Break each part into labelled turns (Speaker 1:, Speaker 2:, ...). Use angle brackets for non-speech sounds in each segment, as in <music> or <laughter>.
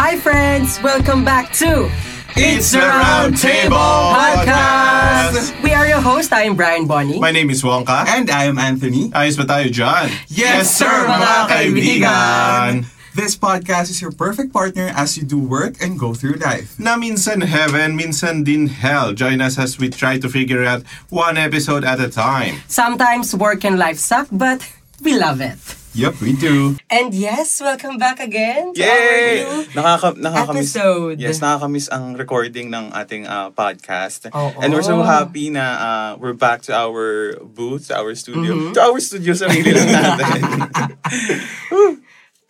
Speaker 1: Hi friends! Welcome back to
Speaker 2: It's the Round Table Podcast!
Speaker 1: We are your host. I am Brian Bonnie.
Speaker 2: My name is Wonka.
Speaker 3: And I am Anthony.
Speaker 2: Ayos ba tayo dyan?
Speaker 3: Yes, sir, mga kaibigan! This podcast is your perfect partner as you do work and go through life.
Speaker 2: Na minsan heaven, minsan din hell. Join us as we try to figure out one episode at a time.
Speaker 1: Sometimes work and life suck, but we love it.
Speaker 3: Yep, we do.
Speaker 1: And yes, welcome back again to
Speaker 2: Yay!
Speaker 1: our new
Speaker 4: Nakaka nakakamiss.
Speaker 1: episode.
Speaker 4: Yes, nakakamiss ang recording ng ating ah, podcast.
Speaker 1: Oo.
Speaker 4: And we're so happy na ah, we're back to our booth, to our studio.
Speaker 1: Mm-hmm.
Speaker 4: To our studio, sarili lang natin.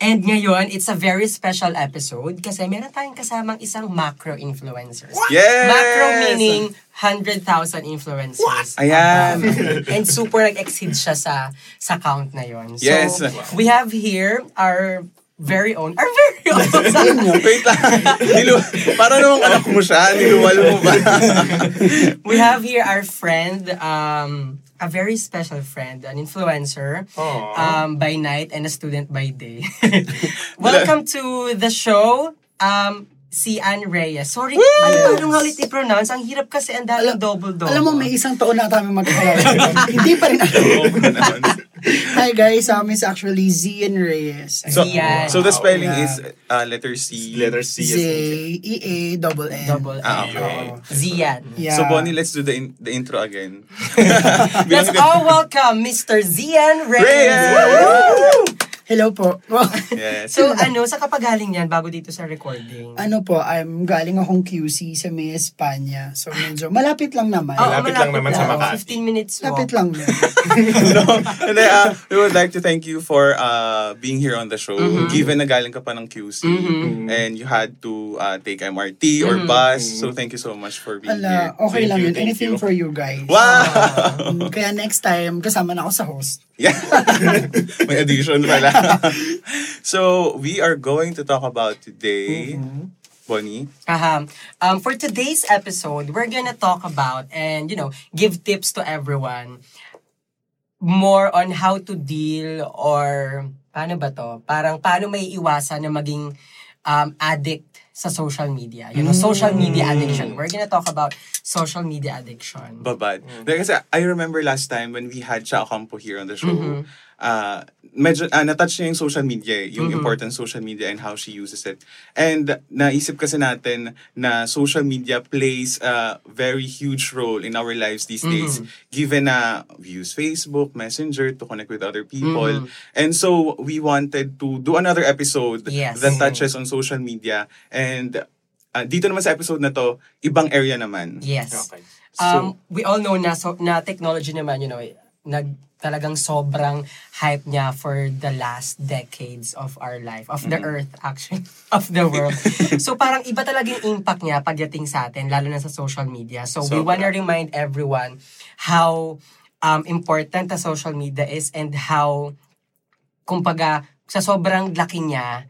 Speaker 1: And ngayon, it's a very special episode kasi meron tayong kasamang isang macro influencers. <laughs>
Speaker 4: yes!
Speaker 1: Macro meaning 100,000 influencers.
Speaker 4: Ayan.
Speaker 1: <laughs> and super nag-exceed siya sa sa count na yon. So,
Speaker 4: Yes.
Speaker 1: we have here our very own, our very
Speaker 5: <laughs>
Speaker 1: own.
Speaker 4: <laughs> Wait lang. Nilu para namang anak mo siya, niluwal mo ba?
Speaker 1: we have here our friend, um, a very special friend, an influencer um, by night and a student by day. <laughs> Welcome to the show, um, si Anne Reyes. Sorry, ano ba nung halit i-pronounce? Ang hirap kasi ang daming double-double.
Speaker 5: Alam mo, may isang taon na kami
Speaker 2: <laughs>
Speaker 5: magkakalala. Hindi pa rin alam. Hi guys, sa amin is actually Zian Reyes.
Speaker 4: <laughs> So,
Speaker 1: Ayan.
Speaker 4: so the spelling
Speaker 5: Yeah.
Speaker 4: is ah, letter C.
Speaker 2: Letter C
Speaker 5: Z, E, A, double N.
Speaker 1: Double oh.
Speaker 4: Ah,
Speaker 1: N.
Speaker 4: okay.
Speaker 1: Zian.
Speaker 5: Yeah.
Speaker 4: So Bonnie, let's do the in- the intro again.
Speaker 1: Let's all welcome Mr. Zian Reyes.
Speaker 4: Reyes!
Speaker 5: Hello
Speaker 2: <laughs>
Speaker 5: po. Well,
Speaker 4: Yes.
Speaker 1: So ano, sa kapagaling yan bago dito sa recording?
Speaker 5: <laughs> ano po, I'm galing akong QC sa may Espanya. So medyo malapit lang naman.
Speaker 1: Oo,
Speaker 2: Ah, Malapit lang naman sa Makati.
Speaker 1: 15 minutes walk.
Speaker 5: Malapit lang din.
Speaker 4: <laughs> no. And then, uh, we would like to thank you for uh, being here on the show. Given na galing ka pa ng QC and you had to uh, take MRT or bus. So, thank you so much for being here.
Speaker 5: Ala, okay
Speaker 2: Thank
Speaker 5: lang
Speaker 2: you,
Speaker 5: yun.
Speaker 2: thank
Speaker 5: Anything
Speaker 2: you.
Speaker 5: for you guys.
Speaker 4: Wow!
Speaker 5: Mm, Kaya next time, kasama na ako sa host.
Speaker 4: Yeah. <laughs> May addition pala. so, we are going to talk about today, Bonnie.
Speaker 1: Aha. Um, for today's episode, we're gonna talk about and, you know, give tips to everyone more on how to deal or paano ba to? Parang paano may iwasan na maging um, addict sa social media. You know, social
Speaker 2: Mm.
Speaker 1: media addiction. We're gonna talk about social media addiction.
Speaker 4: Babad. Like, kasi I remember last time when we had Chao Campo here on the show, uh, medyo, ah, natouch niya yung social media, eh, yung important social media and how she uses it. And naisip kasi natin na social media plays a very huge role in our lives these days, given na we use Facebook, Messenger to connect with other people. And so, we wanted to do another episode
Speaker 1: Yes.
Speaker 4: that touches on social media and ah, dito naman sa episode na to, ibang area naman.
Speaker 1: Yes.
Speaker 4: So-
Speaker 1: Um, we all know na, so, na technology naman, you know, eh, nag, talagang sobrang hype niya for the last decades of our life, of
Speaker 4: Mm-hmm.
Speaker 1: the earth actually, <laughs> of the
Speaker 4: <laughs>
Speaker 1: world. so parang iba talaga yung impact niya pagdating sa atin, lalo na sa social media. So we
Speaker 4: Sobra.
Speaker 1: wanna remind everyone how um, important the social media is and how, kumbaga, sa sobrang laki niya,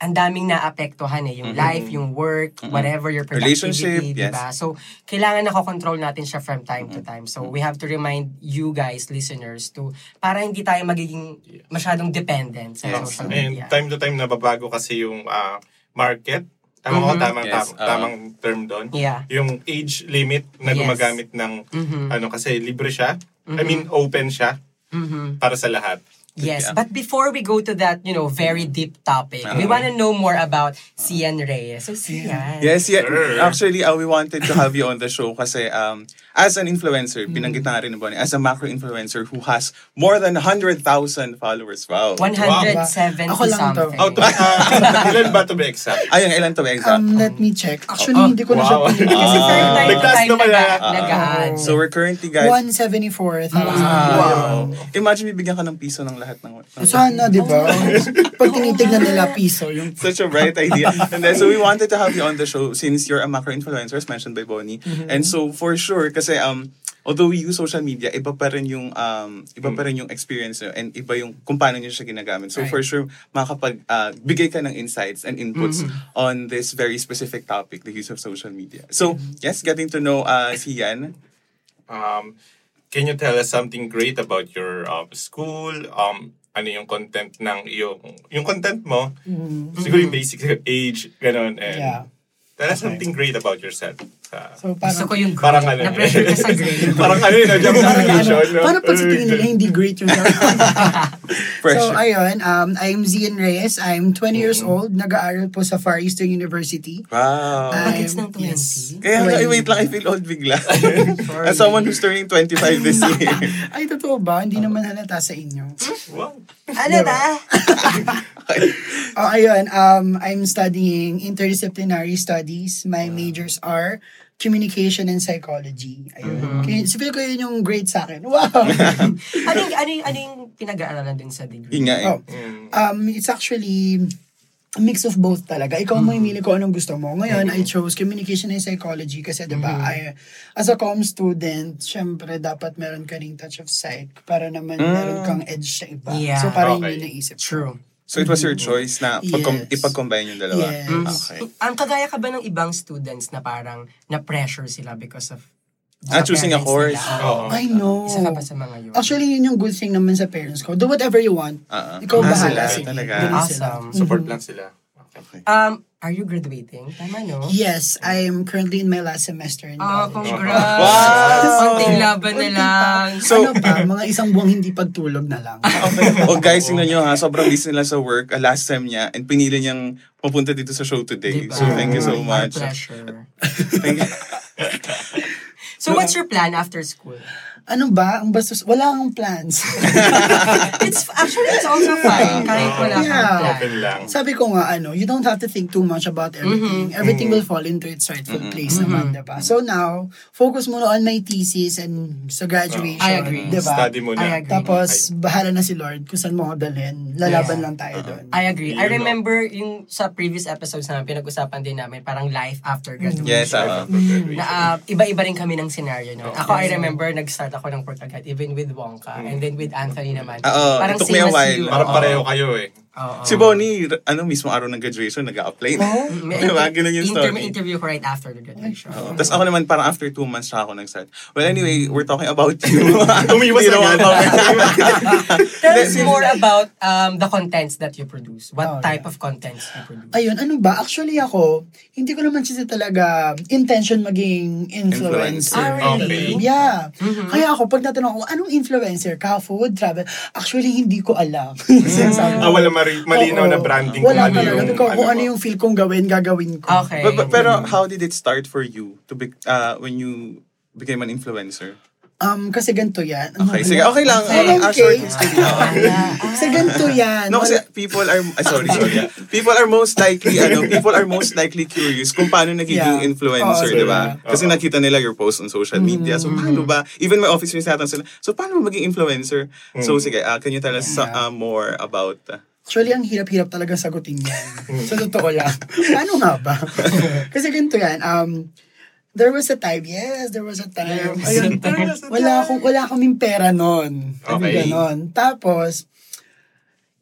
Speaker 1: ang daming naapektuhan eh. Yung life, yung work, whatever your
Speaker 4: Mm-hmm. Relationship,
Speaker 1: productivity, diba? So, kailangan nakokontrol natin siya from time to time. So, we have to remind you guys, listeners, to para hindi tayo magiging masyadong dependent sa
Speaker 4: Yes.
Speaker 1: social
Speaker 2: And
Speaker 1: media.
Speaker 2: time to time nababago kasi yung ah, market. Tama ko, tamang,
Speaker 4: Yes,
Speaker 2: tam-
Speaker 4: ah.
Speaker 2: tamang term doon.
Speaker 1: Yeah.
Speaker 2: Yung age limit na
Speaker 1: Yes.
Speaker 2: gumagamit ng ano kasi libre siya. I mean, open siya para sa lahat.
Speaker 1: Yes,
Speaker 4: Yeah.
Speaker 1: but before we go to that, you know, very deep topic, we want to know more about Cian Reyes. So, Cian.
Speaker 4: Yes, yeah.
Speaker 2: Sure.
Speaker 4: Actually, uh, we wanted to have you on the show kasi um, as an influencer, binanggit na nga rin ni Bonnie, as a macro-influencer who has more than 100,000 followers. Wow.
Speaker 1: 170
Speaker 5: Ako lang to.
Speaker 1: something.
Speaker 2: Out of, ah, <laughs> ilan ba to be exact?
Speaker 4: Ayun, ilan to ba exact?
Speaker 5: Um, let me check. Actually, hindi ko na siya
Speaker 2: Ah. Wow. Ah.
Speaker 5: pinili.
Speaker 1: Kasi from
Speaker 5: Kasi
Speaker 1: time to
Speaker 2: Nagtaas
Speaker 1: time,
Speaker 2: naman
Speaker 1: naga-
Speaker 2: ah.
Speaker 1: nagahan.
Speaker 4: so we're currently, guys...
Speaker 5: 174,000.
Speaker 2: Ah.
Speaker 4: Wow. Imagine bibigyan ka ng piso ng lahat ng... ng-
Speaker 5: Sana, di ba? Pag tinitignan nila piso, yung
Speaker 4: Such a bright idea. And then, so we wanted to have you on the show since you're a macro influencer, as mentioned by Bonnie. And so, for sure, kasi um, although we use social media, iba pa rin yung, um, iba pa rin yung experience nyo and iba yung kung paano nyo siya ginagamit. So,
Speaker 1: Right.
Speaker 4: for sure, makakapag uh, bigay ka ng insights and inputs on this very specific topic, the use of social media. So, yes, getting to know uh, si Yan.
Speaker 2: Um,
Speaker 6: Can you tell us something great about your um, school? Um, ano yung content ng yung, yung content mo? Siguro yung basic age, ganun. And
Speaker 5: Mm-hmm. Yeah.
Speaker 6: Tell us something great about yourself. Sa,
Speaker 5: So,
Speaker 1: Gusto
Speaker 5: parang,
Speaker 1: ko yung
Speaker 6: Parang ano
Speaker 1: grade.
Speaker 6: eh.
Speaker 1: Na-pressure ka
Speaker 2: <laughs>
Speaker 1: sa grade.
Speaker 6: <laughs> parang ano yun, nandiyan mo
Speaker 5: parang, ano,
Speaker 6: motivation, no?
Speaker 5: parang pag sa tingin nila, hindi great yung So,
Speaker 4: <laughs> Pressure. Mm-hmm.
Speaker 5: ayun, um, I'm Zian Reyes. I'm 20 years old. Nag-aaral po sa Far Eastern University.
Speaker 4: wow.
Speaker 5: Ah,
Speaker 1: Bakit ng 20?
Speaker 5: Yes.
Speaker 4: Kaya nga,
Speaker 5: well-
Speaker 4: eh, wait lang, I feel old bigla. As someone who's turning 25 this
Speaker 5: <laughs>
Speaker 4: year.
Speaker 5: <laughs> Ay, totoo
Speaker 4: Oh.
Speaker 5: ba? Hindi naman halata sa inyo.
Speaker 6: Wow.
Speaker 1: Ano na?
Speaker 5: Oh, ayun, um, I'm studying interdisciplinary studies.
Speaker 4: Ah.
Speaker 5: My majors are communication and psychology. Ayun.
Speaker 4: Mm-hmm.
Speaker 5: Kaya, so, feel ko yun yung grade sa akin.
Speaker 4: <laughs>
Speaker 5: Wow! <laughs>
Speaker 1: Ano yung, ano yung, ano yung pinag-aaralan dun sa degree?
Speaker 4: Yun nga eh.
Speaker 5: Oh.
Speaker 6: mm.
Speaker 5: Um, it's actually a mix of both talaga. Ikaw
Speaker 1: Mm.
Speaker 5: mo imili ko anong gusto mo. Ngayon, I chose communication and psychology kasi 'di
Speaker 1: Mm.
Speaker 5: ba, I- as a comm student, syempre dapat meron ka ring touch of psych para naman meron kang edge sa iba.
Speaker 1: Mm. Yeah.
Speaker 5: So parang
Speaker 6: Okay.
Speaker 5: yun yung naisip. ko.
Speaker 1: True.
Speaker 4: So it was your choice na pag-
Speaker 5: Mm-hmm. Yes.
Speaker 4: ipag-combine yung dalawa.
Speaker 5: Yes.
Speaker 1: Mm.
Speaker 4: Okay.
Speaker 1: Ang kagaya ka ba ng ibang students na parang na-pressure sila because of
Speaker 4: Ah, choosing a course.
Speaker 1: Oo.
Speaker 5: I know.
Speaker 1: Isa ka pa sa mga yun.
Speaker 5: Actually, yun yung good thing naman sa parents ko. Do whatever you want.
Speaker 4: Ah, ah.
Speaker 5: Ikaw
Speaker 4: Ah,
Speaker 5: bahala.
Speaker 4: sila,
Speaker 5: Sige.
Speaker 4: talaga.
Speaker 5: Ganun sila.
Speaker 1: Awesome.
Speaker 6: Support lang sila. Okay.
Speaker 1: Um, are you graduating? Tama, no?
Speaker 5: Yes, I am currently in my last semester in
Speaker 1: Ah,
Speaker 5: college.
Speaker 1: congrats!
Speaker 4: Wow!
Speaker 1: Konting laban na
Speaker 5: Konti pa.
Speaker 1: lang.
Speaker 5: So, ano pa, mga isang buwang hindi pagtulog na lang.
Speaker 4: oh guys, tingnan nyo ha, sobrang busy nila sa work. Ah, last time niya, and pinili niyang pupunta dito sa show today.
Speaker 1: Diba?
Speaker 4: So thank you so
Speaker 1: My
Speaker 4: much.
Speaker 1: pleasure.
Speaker 4: Thank you.
Speaker 1: So what's your plan after school?
Speaker 5: ano ba? Ang bastos, wala akong plans.
Speaker 1: It's actually it's also fine kahit wala kang
Speaker 5: Yeah.
Speaker 1: plan.
Speaker 6: Open lang.
Speaker 5: Sabi ko nga, ano, you don't have to think too much about
Speaker 1: Mm-hmm.
Speaker 5: everything. Everything will fall into its rightful place naman, diba? So now, focus muna on my thesis and sa graduation,
Speaker 1: I agree.
Speaker 5: diba?
Speaker 6: Study mo na.
Speaker 1: I agree.
Speaker 5: Tapos, bahala na si Lord kung saan mo ako dalhin. Lalaban
Speaker 1: Yes.
Speaker 5: lang tayo doon.
Speaker 1: I agree. I
Speaker 6: Yun, no?
Speaker 1: remember yung sa previous episodes na pinag-usapan din namin, parang life after graduation.
Speaker 4: Yes, ah.
Speaker 1: Na ah, iba-iba rin kami ng scenario no. Ako I remember nag-start ako ng Portugal even with Wonka and then with Anthony naman.
Speaker 4: Mm. Ah, Oo,
Speaker 1: parang
Speaker 4: it took
Speaker 1: same
Speaker 4: me a
Speaker 1: as
Speaker 4: while.
Speaker 1: you.
Speaker 6: Parang
Speaker 1: Oo.
Speaker 6: pareho kayo eh.
Speaker 1: Oo.
Speaker 4: Si Bonnie, r- ano mismo araw ng graduation, nag-a-apply na.
Speaker 5: Oh.
Speaker 1: May
Speaker 4: Diba? Ganun yung
Speaker 1: inter-
Speaker 4: story.
Speaker 1: interview ko right after the graduation.
Speaker 4: Tapos ako naman, parang after two months na ako nag-start. Well, anyway, we're talking about
Speaker 5: <laughs>
Speaker 4: you.
Speaker 6: Umiwas
Speaker 4: Hindi naman
Speaker 6: agad.
Speaker 4: ako-
Speaker 1: Tell us more about um, the contents that you produce. What
Speaker 5: Oh,
Speaker 1: type of contents you produce?
Speaker 5: Ayun, ano ba? Actually ako, hindi ko naman siya talaga intention maging influencer.
Speaker 1: Ah,
Speaker 4: Influencer.
Speaker 1: really?
Speaker 6: Okay.
Speaker 5: Yeah.
Speaker 4: Mm-hmm.
Speaker 1: Mm-hmm.
Speaker 5: Kaya ako, pag natanong ako, anong influencer ka? Food, travel? Actually, hindi ko alam. <laughs> Sinasabi ko.
Speaker 6: Ah, wala mari- malinaw
Speaker 5: Oo.
Speaker 6: na branding.
Speaker 5: Wala
Speaker 6: kung ano
Speaker 5: talaga.
Speaker 6: yung-
Speaker 5: Kung kung ano
Speaker 6: mo.
Speaker 5: yung feel kong gawin, gagawin ko.
Speaker 1: Okay.
Speaker 4: But- but- pero how did it start for you to be, uh, when you became an influencer?
Speaker 5: Um, kasi ganito yan. Ano
Speaker 4: Okay,
Speaker 5: ba
Speaker 4: sige.
Speaker 5: yan?
Speaker 4: Okay lang.
Speaker 5: Okay.
Speaker 4: Ah, short and sweet lang.
Speaker 5: <laughs> Kasi ganito yan.
Speaker 4: No, kasi
Speaker 5: Wala-
Speaker 4: people are, ah, sorry, sorry. People are most likely, ano, people are most likely curious kung paano nagiging
Speaker 5: Yeah.
Speaker 4: influencer,
Speaker 5: Oo, Mm-hmm.
Speaker 4: di ba?
Speaker 6: yeah.
Speaker 4: Kasi
Speaker 6: Oo.
Speaker 4: nakita nila your post on social media. So, paano ba? Even my office mates natin sila, so, paano ba maging influencer? So,
Speaker 6: Mm.
Speaker 4: sige, ah, can you tell us so- ah, more about, ah,
Speaker 5: Actually, ang hirap-hirap talaga sagutin yan. Sa totoo lang. Ano nga ba? kasi ganito yan. Um, there was a time, yes, there was a time. Ayun, wala, akong, wala kaming pera noon.
Speaker 6: Okay.
Speaker 5: Okay. Ganon. Tapos,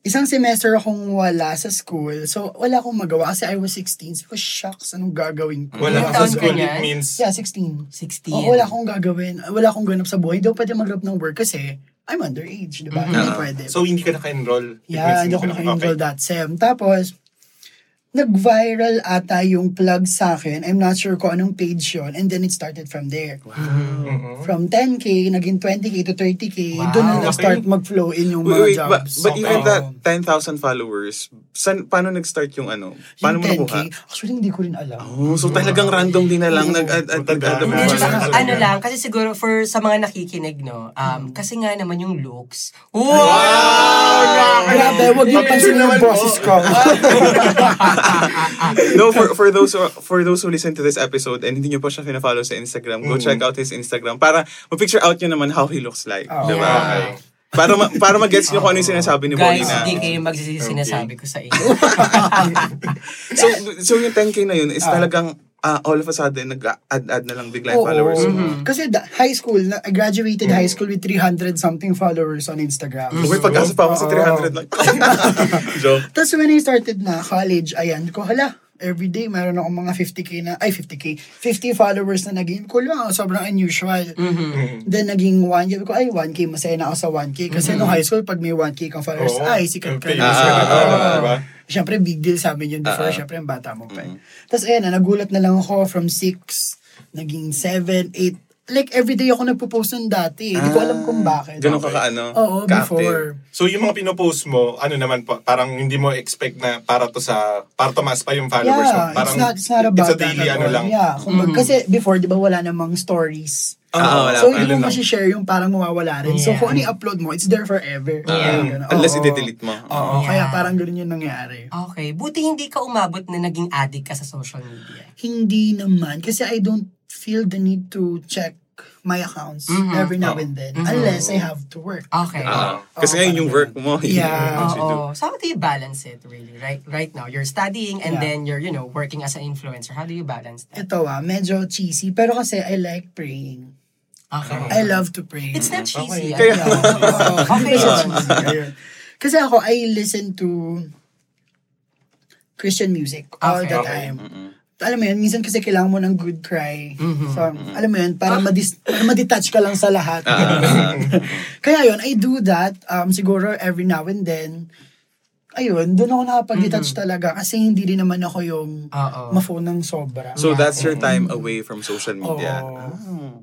Speaker 5: isang semester akong wala sa school. So, wala akong magawa kasi I was 16. So, shucks, anong gagawin ko?
Speaker 6: Wala
Speaker 1: Ilang
Speaker 6: ka
Speaker 1: taon
Speaker 6: sa
Speaker 1: ka
Speaker 6: school, it
Speaker 1: niyan?
Speaker 6: means...
Speaker 5: Yeah, 16.
Speaker 1: 16.
Speaker 5: Oo, Oh, wala akong gagawin. Wala akong ganap sa buhay. Hindi ako pwede mag-grab ng work kasi I'm underage, di ba? Hindi pwede.
Speaker 6: Mm-hmm. So, hindi ka naka-enroll. It means
Speaker 5: yeah, hindi ako
Speaker 6: ka
Speaker 5: naka-enroll that sem. Tapos, nag-viral ata yung plug sa akin. I'm not sure kung anong page yon And then it started from there.
Speaker 6: Mm-hmm.
Speaker 5: From 10K, naging 20K to 30K.
Speaker 1: Wow.
Speaker 5: Doon na nag-start
Speaker 6: Okay.
Speaker 5: mag-flow in yung mga
Speaker 4: wait, wait, but,
Speaker 5: jobs.
Speaker 4: but even
Speaker 6: Okay.
Speaker 4: that 10,000 followers, san, paano nag-start yung ano? Paano mo
Speaker 5: yung 10K,
Speaker 4: nakuha?
Speaker 5: actually hindi ko rin alam.
Speaker 4: Oh, so talagang random din na
Speaker 6: Mm.
Speaker 4: lang nag-add, add, add, add,
Speaker 1: Hindi,
Speaker 6: Wala
Speaker 1: tsaka,
Speaker 6: talaga.
Speaker 1: ano lang, kasi siguro for sa mga nakikinig, no,
Speaker 4: Mm.
Speaker 1: um, kasi nga naman yung looks. Wow! <laughs>
Speaker 4: <laughs>
Speaker 5: Grabe, wag niyo pansin yung boses ko.
Speaker 4: <laughs> no, for for those who, for those who listen to this episode and hindi nyo pa siya fina-follow sa Instagram,
Speaker 5: Mm.
Speaker 4: go check out his Instagram para ma-picture out nyo naman how he looks like.
Speaker 5: Oh.
Speaker 4: Diba?
Speaker 1: Yeah.
Speaker 4: Para ma- para mag-gets nyo kung ano yung sinasabi ni Bonnie
Speaker 1: Guys,
Speaker 4: na.
Speaker 1: hindi kayo magsisinasabi ko sa inyo.
Speaker 4: <laughs> So, so yung 10K na yun is talagang ah, all of a sudden nag-add-add na lang bigla yung
Speaker 5: Oo. Mm-hmm.
Speaker 4: followers Mm. mo.
Speaker 5: Kasi da- high school, na- I graduated high school with 300 something followers on Instagram.
Speaker 4: Uy,
Speaker 5: <laughs>
Speaker 4: pagkasa pa ako sa 300 lang. Joke.
Speaker 5: Tapos when I started na college, ayan ko, hala, every day meron akong mga 50k na, ay 50k, 50 followers na naging ko lang, sobrang unusual.
Speaker 6: Mm-hmm.
Speaker 5: Then naging 1k, ko, ay 1k, masaya na ako sa 1k. Kasi no high school, pag may 1k kang followers,
Speaker 6: Oo. Ah,
Speaker 5: ay sikat ka
Speaker 6: Famous
Speaker 5: na.
Speaker 4: ka na,
Speaker 5: Oo.
Speaker 6: diba?
Speaker 5: Siyempre, big deal sa amin yun
Speaker 4: Ah.
Speaker 5: before, syempre, ang bata mo pa. eh. Tapos ayun, na, nagulat na lang ako from 6, naging 7, 8, like everyday ako nagpo-post nun dati. Hindi ko alam kung bakit.
Speaker 4: Ah. Ganun ka
Speaker 6: Okay.
Speaker 4: kaano?
Speaker 5: Oo,
Speaker 4: ka-active.
Speaker 5: before.
Speaker 6: So yung mga pinopost mo, ano naman po, parang hindi mo expect na para to sa, para to mas pa yung followers mo.
Speaker 5: Yeah,
Speaker 6: Parang
Speaker 5: it's not, it's not about
Speaker 6: it's a
Speaker 5: that
Speaker 6: daily
Speaker 5: at
Speaker 6: ano
Speaker 5: all.
Speaker 6: lang.
Speaker 5: Yeah, kumbaga, kasi before, di ba, wala namang stories.
Speaker 4: Ah,
Speaker 6: Oo,
Speaker 4: wala pa.
Speaker 5: so, hindi
Speaker 6: Ano
Speaker 5: mo
Speaker 6: lang.
Speaker 5: masishare yung parang mawawala rin. So,
Speaker 1: Yeah.
Speaker 5: kung ano yung upload mo, it's there forever. Parang
Speaker 4: Um,
Speaker 5: ganun.
Speaker 4: unless
Speaker 5: Oo.
Speaker 4: i-delete mo.
Speaker 5: Oo,
Speaker 1: Yeah.
Speaker 5: kaya parang ganun yung nangyari.
Speaker 1: Okay, buti hindi ka umabot na naging addict ka sa social media.
Speaker 5: Hindi naman, kasi I don't feel the need to check my accounts
Speaker 1: Mhm.
Speaker 5: every now and then. Unless I have to work.
Speaker 1: Okay.
Speaker 4: Ah,
Speaker 5: Oo,
Speaker 4: kasi ngayon yung
Speaker 5: parang
Speaker 4: work mo. <laughs> yun
Speaker 5: Yeah.
Speaker 4: yung what you do.
Speaker 1: Oo. So how do you balance it really? Right right now you're studying and
Speaker 5: Yeah.
Speaker 1: then you're you know working as an influencer. How do you balance that?
Speaker 5: Ito ah, medyo cheesy, pero kasi I like praying.
Speaker 1: Okay.
Speaker 5: I love to pray.
Speaker 1: It's not cheesy.
Speaker 4: Kaya-
Speaker 1: ah. Oo. <laughs> okay
Speaker 5: Medyo
Speaker 1: yun.
Speaker 4: <laughs>
Speaker 5: cheesy. Ayun. Kasi ako, I listen to Christian music all
Speaker 1: Okay.
Speaker 5: the
Speaker 6: Okay.
Speaker 5: time. Alam mo yun, minsan kasi kailangan mo ng good cry.
Speaker 1: Mm-hmm.
Speaker 5: So, alam mo yun,
Speaker 1: Ah.
Speaker 5: para, madis- para ma-detach ka lang sa lahat.
Speaker 4: Ah.
Speaker 5: Kaya yun, I do that um, siguro every now and then. Ayun, doon ako nakapag-detach talaga kasi hindi rin naman ako yung
Speaker 1: Oo.
Speaker 5: ma-phone ng sobra.
Speaker 4: So that's your time away from social media.
Speaker 5: Oo.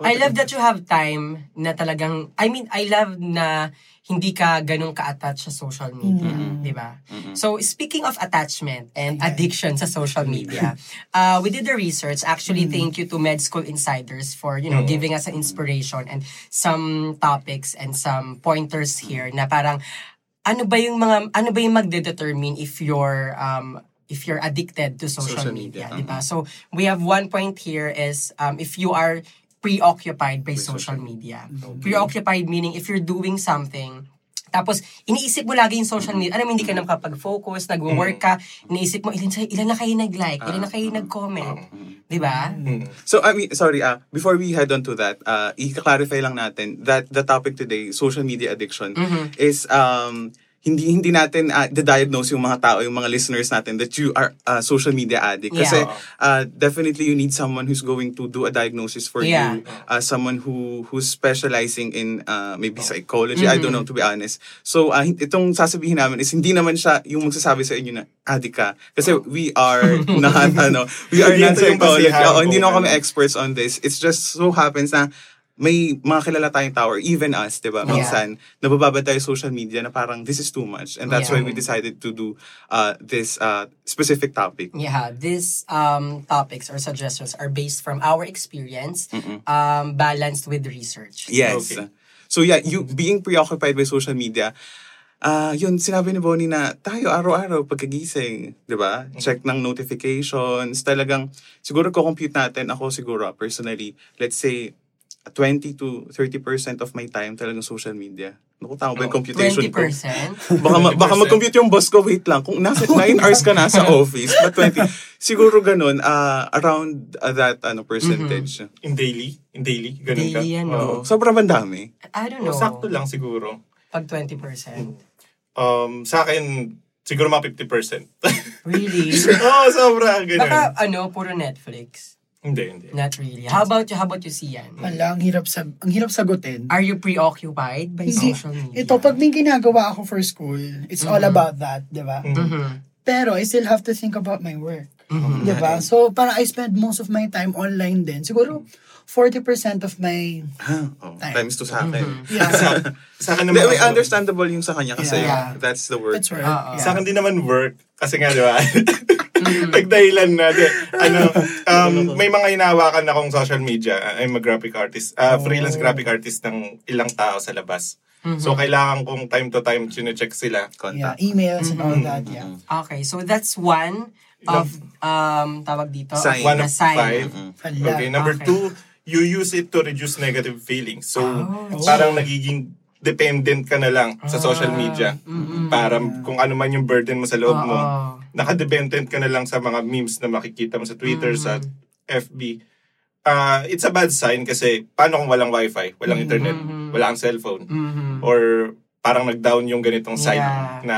Speaker 1: I love that you have time na talagang, I mean, I love na hindi ka ganun ka-attach sa social media, di ba? So, speaking of attachment and addiction sa social media, uh, we did the research. Actually, thank you to Med School Insiders for, you know, giving us an inspiration and some topics and some pointers here na parang, ano ba yung mga, ano ba yung magdedetermine if you're, um, if you're addicted to social,
Speaker 4: Social
Speaker 1: media,
Speaker 4: media,
Speaker 1: di ba? So, we have one point here is um, if you are preoccupied by social media. Mm-hmm. Preoccupied meaning if you're doing something, tapos iniisip mo lagi yung social media. Alam mo, hindi ka na makapag-focus, nagwo-work ka, iniisip mo, ilan, ilan na kayo nag-like, ilan na kayo nag-comment. Di ba?
Speaker 4: So I mean, sorry ah, before we head on to that, uh, i-clarify lang natin that the topic today, social media addiction,
Speaker 1: Mm-hmm.
Speaker 4: is um hindi hindi natin ah, diagnose yung mga tao, yung mga listeners natin that you are a social media addict
Speaker 1: Yeah.
Speaker 4: kasi uh, definitely you need someone who's going to do a diagnosis for
Speaker 1: Yeah.
Speaker 4: you, uh, someone who who's specializing in uh, maybe psychology, I
Speaker 1: Mm-hmm.
Speaker 4: don't know to be honest. So ah, hin- itong sasabihin namin is hindi naman siya yung magsasabi sa inyo na addict ka kasi
Speaker 1: Oh.
Speaker 4: we are
Speaker 1: <laughs>
Speaker 4: not ano, we are not
Speaker 6: Hindi ito yung
Speaker 4: psychology.
Speaker 6: basihan
Speaker 4: Oo, hindi
Speaker 6: ko,
Speaker 4: na kami
Speaker 6: ganun.
Speaker 4: experts on this. It's just so happens na may mga kilala tayong tao, or even us, di ba?
Speaker 1: Yeah.
Speaker 4: Minsan, nabababa tayo sa social media na parang this is too much. And that's
Speaker 1: Yeah.
Speaker 4: why we decided to do uh, this uh, specific topic.
Speaker 1: Yeah, these um, topics or suggestions are based from our experience, um, balanced with research.
Speaker 4: Yes.
Speaker 6: Okay.
Speaker 4: So yeah, you being preoccupied by social media, ah yun, sinabi ni Bonnie na tayo araw-araw pagkagising, di ba? Check ng notifications, talagang, siguro ko compute natin, ako siguro ah, personally, let's say, 20 to 30% of my time talagang social media. Naku, tama ba yung computation
Speaker 1: 20%.
Speaker 4: ko? Baka, ma- baka
Speaker 6: 20%.
Speaker 4: mag-compute yung boss ko, wait lang. Kung nasa 9 hours ka na sa office, but 20, siguro ganun, ah around ah, that ano percentage.
Speaker 6: In daily? In daily? Ganun ka?
Speaker 1: Daily, ano.
Speaker 6: Oo.
Speaker 4: So, sobrang bandami.
Speaker 1: I don't know.
Speaker 6: So, Sakto lang siguro.
Speaker 1: Pag 20%.
Speaker 6: Um, sa akin, siguro mga
Speaker 5: <laughs>
Speaker 6: 50%.
Speaker 1: Really?
Speaker 6: <laughs> Oo, sobra. Ganun.
Speaker 1: Baka ano, puro Netflix.
Speaker 6: hindi, hindi.
Speaker 1: Not really. How about you? How about you, Sian?
Speaker 5: Wala, ang hirap, sab- ang hirap sagutin.
Speaker 1: Are you preoccupied by Ah,
Speaker 5: Hindi.
Speaker 1: social media?
Speaker 5: Ito, pag may ginagawa ako for school, it's all about that, di ba?
Speaker 1: Mm-hmm.
Speaker 6: Mm-hmm.
Speaker 5: Pero I still have to think about my work.
Speaker 1: Mm-hmm.
Speaker 5: Di ba? So, para I spend most of my time online din. Siguro, 40% of my...
Speaker 4: Ah, oh,
Speaker 5: Time.
Speaker 4: times two sa akin.
Speaker 5: Mm-hmm. Yeah,
Speaker 4: <laughs>
Speaker 6: Sa akin naman
Speaker 4: Hindi, wait,
Speaker 6: ako-
Speaker 4: understandable yung sa kanya kasi
Speaker 1: Yeah.
Speaker 4: that's the word.
Speaker 5: that's right.
Speaker 1: Oo.
Speaker 6: Ah,
Speaker 5: Yeah.
Speaker 6: Sa akin din naman work. Kasi nga, di ba? Nagdahilan na. Di, ano, um, may mga hinawakan akong social media. I'm a graphic artist. ah, Freelance graphic artist ng ilang tao sa labas. So, kailangan kong time to time chinecheck sila.
Speaker 5: Yeah,
Speaker 4: Contact.
Speaker 5: emails and all
Speaker 1: Mm-hmm.
Speaker 5: that, yeah.
Speaker 6: Mm-hmm.
Speaker 1: Okay, so that's one of, um, tawag dito, of
Speaker 4: Sign.
Speaker 6: One
Speaker 1: the
Speaker 6: of
Speaker 1: sign.
Speaker 6: five.
Speaker 5: Hala.
Speaker 6: Okay, number
Speaker 1: Okay.
Speaker 6: two, you use it to reduce negative feelings. So,
Speaker 1: Ouch.
Speaker 6: parang nagiging dependent ka na lang sa social
Speaker 1: Ah,
Speaker 6: media.
Speaker 1: mm-mm.
Speaker 6: Para kung ano man yung burden mo sa loob mo,
Speaker 1: Oo.
Speaker 6: nakadependent ka na lang sa mga memes na makikita mo sa Twitter,
Speaker 1: Mm.
Speaker 6: sa FB. Ah, it's a bad sign kasi paano kung walang wifi,
Speaker 1: Mm-hmm.
Speaker 6: walang internet, wala kang cellphone,
Speaker 1: Mhm.
Speaker 6: or parang nag-down yung ganitong sign
Speaker 1: Yeah.
Speaker 6: na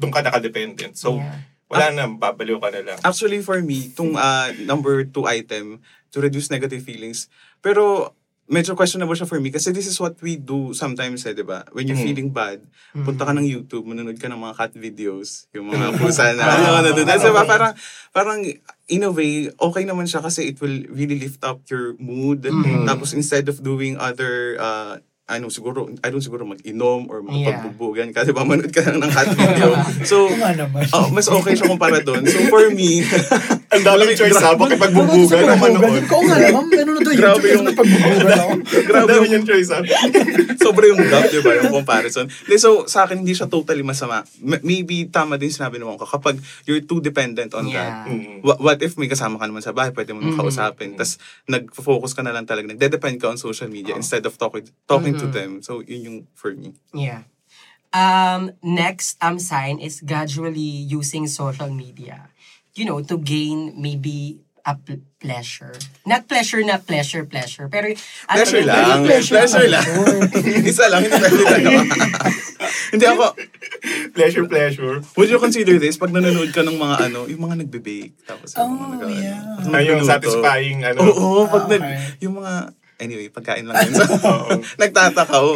Speaker 6: doon ka nakadependent. So,
Speaker 1: Yeah.
Speaker 6: Wala na, babaliw ka na lang.
Speaker 4: Actually, for me, itong ah, number two item, to reduce negative feelings. Pero, medyo questionable siya for me kasi this is what we do sometimes, eh, di ba? When you're feeling bad, punta ka ng YouTube, manunod ka ng mga cat videos, yung mga pusa na, ano, ano, doon. Kasi ba, parang, parang, in a way, okay naman siya kasi it will really lift up your mood. Tapos, instead of doing other, ah, ano, siguro, I don't siguro mag-inom
Speaker 1: Yeah.
Speaker 4: or magpagbubugan kasi baka manood ka lang ng cat video. So,
Speaker 5: Ano naman?
Speaker 4: Oh, mas okay siya kumpara doon. So for me, <laughs>
Speaker 6: Ah, Ang daming choice ha, pakipagbubugan o manood. <laughs>
Speaker 5: Kung nga naman, ganun na to.
Speaker 4: Grabe
Speaker 5: Grabe yung
Speaker 4: yung-
Speaker 5: napagbubugan ako.
Speaker 6: Ang
Speaker 4: <laughs> grabe
Speaker 6: dami
Speaker 4: yung
Speaker 6: niyang choice ha. <laughs>
Speaker 4: sobra yung gap, di ba, yung comparison. Hindi, so sa akin, hindi siya totally masama. M- maybe tama din sinabi naman ko, kapag you're too dependent on
Speaker 1: Yeah.
Speaker 4: that, wha- what if may kasama ka naman sa bahay, pwede mo nang kausapin, tas nag-focus ka na lang talaga, nagde-depend ka on social media
Speaker 6: Oh.
Speaker 4: instead of talking, talking to them. So yun yung for me.
Speaker 1: Yeah. Um, next um sign is gradually using social media, you know, to gain maybe a pl- pleasure. Not pleasure na pleasure, pleasure. Pero at-
Speaker 4: Pleasure lang.
Speaker 5: pleasure
Speaker 4: Pleasure
Speaker 5: lang.
Speaker 4: lang. <laughs> Isa lang, hindi
Speaker 1: <laughs>
Speaker 4: pwede dalawa. Hindi ako,
Speaker 6: Pleasure, pleasure.
Speaker 4: would you consider this pag nanonood ka ng mga ano, yung mga nagbe-bake, tapos yung mga
Speaker 5: Oh,
Speaker 4: nag- ano,
Speaker 5: yeah. Ah,
Speaker 4: tapos
Speaker 6: Ay, yung
Speaker 4: nagluluto.
Speaker 6: satisfying, ano.
Speaker 4: Oo, pag nag,
Speaker 5: okay.
Speaker 4: yung mga, anyway, pagkain lang yun. So, <laughs> nagtatakaw.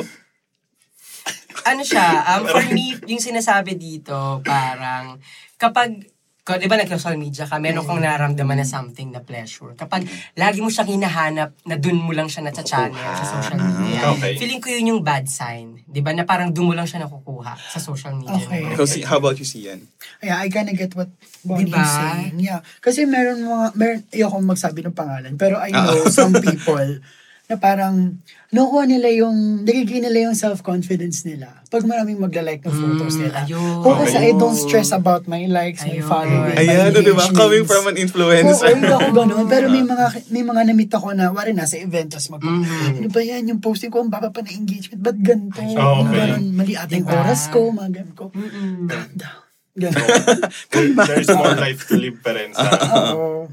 Speaker 1: ano siya, um, for me, yung sinasabi dito, parang, kapag, ko- di ba nag-social media ka, meron kang naramdaman na something na pleasure. Kapag lagi mo siyang hinahanap, na dun mo lang siya nata-channel sa social media.
Speaker 6: Okay.
Speaker 1: Feeling ko yun yung bad sign. Di ba? Na parang dun mo lang siya nakukuha sa social media.
Speaker 5: Okay.
Speaker 1: mo.
Speaker 4: Ikaw, si, how about you, Sian?
Speaker 5: Yeah, I kinda get what Bonnie
Speaker 1: Diba?
Speaker 5: is saying. Yeah. Kasi meron mga, meron, ayoko magsabi ng pangalan, pero I
Speaker 4: Ah.
Speaker 5: know some
Speaker 4: <laughs>
Speaker 5: people na parang nakuha nila yung, nagiging nila yung self-confidence nila pag maraming magla-like ng photos nila.
Speaker 1: Mm, ayun.
Speaker 5: Kung kasi I
Speaker 1: Ayun.
Speaker 5: don't stress about my likes, my
Speaker 1: Ayun.
Speaker 5: following, my
Speaker 4: Ayan, ano, di ba?
Speaker 5: engagements.
Speaker 4: Coming from an
Speaker 5: Oo,
Speaker 4: influencer.
Speaker 5: hindi
Speaker 4: <laughs>
Speaker 5: ako ganun. Pero may mga, may mga na-meet ako na, wari nasa event, tapos mag-
Speaker 4: Mm-hmm.
Speaker 5: ano ba yan, yung posting ko, ang baba pa na engagement, ba't ganito?
Speaker 6: Oh, okay.
Speaker 5: Parang mali ata yung
Speaker 1: Diba?
Speaker 5: oras ko, mga ganun ko.
Speaker 1: Mm-mm.
Speaker 5: Calm down. Ganun.
Speaker 4: <laughs>
Speaker 6: There's more life to live pa rin <laughs> sa...
Speaker 5: Oo.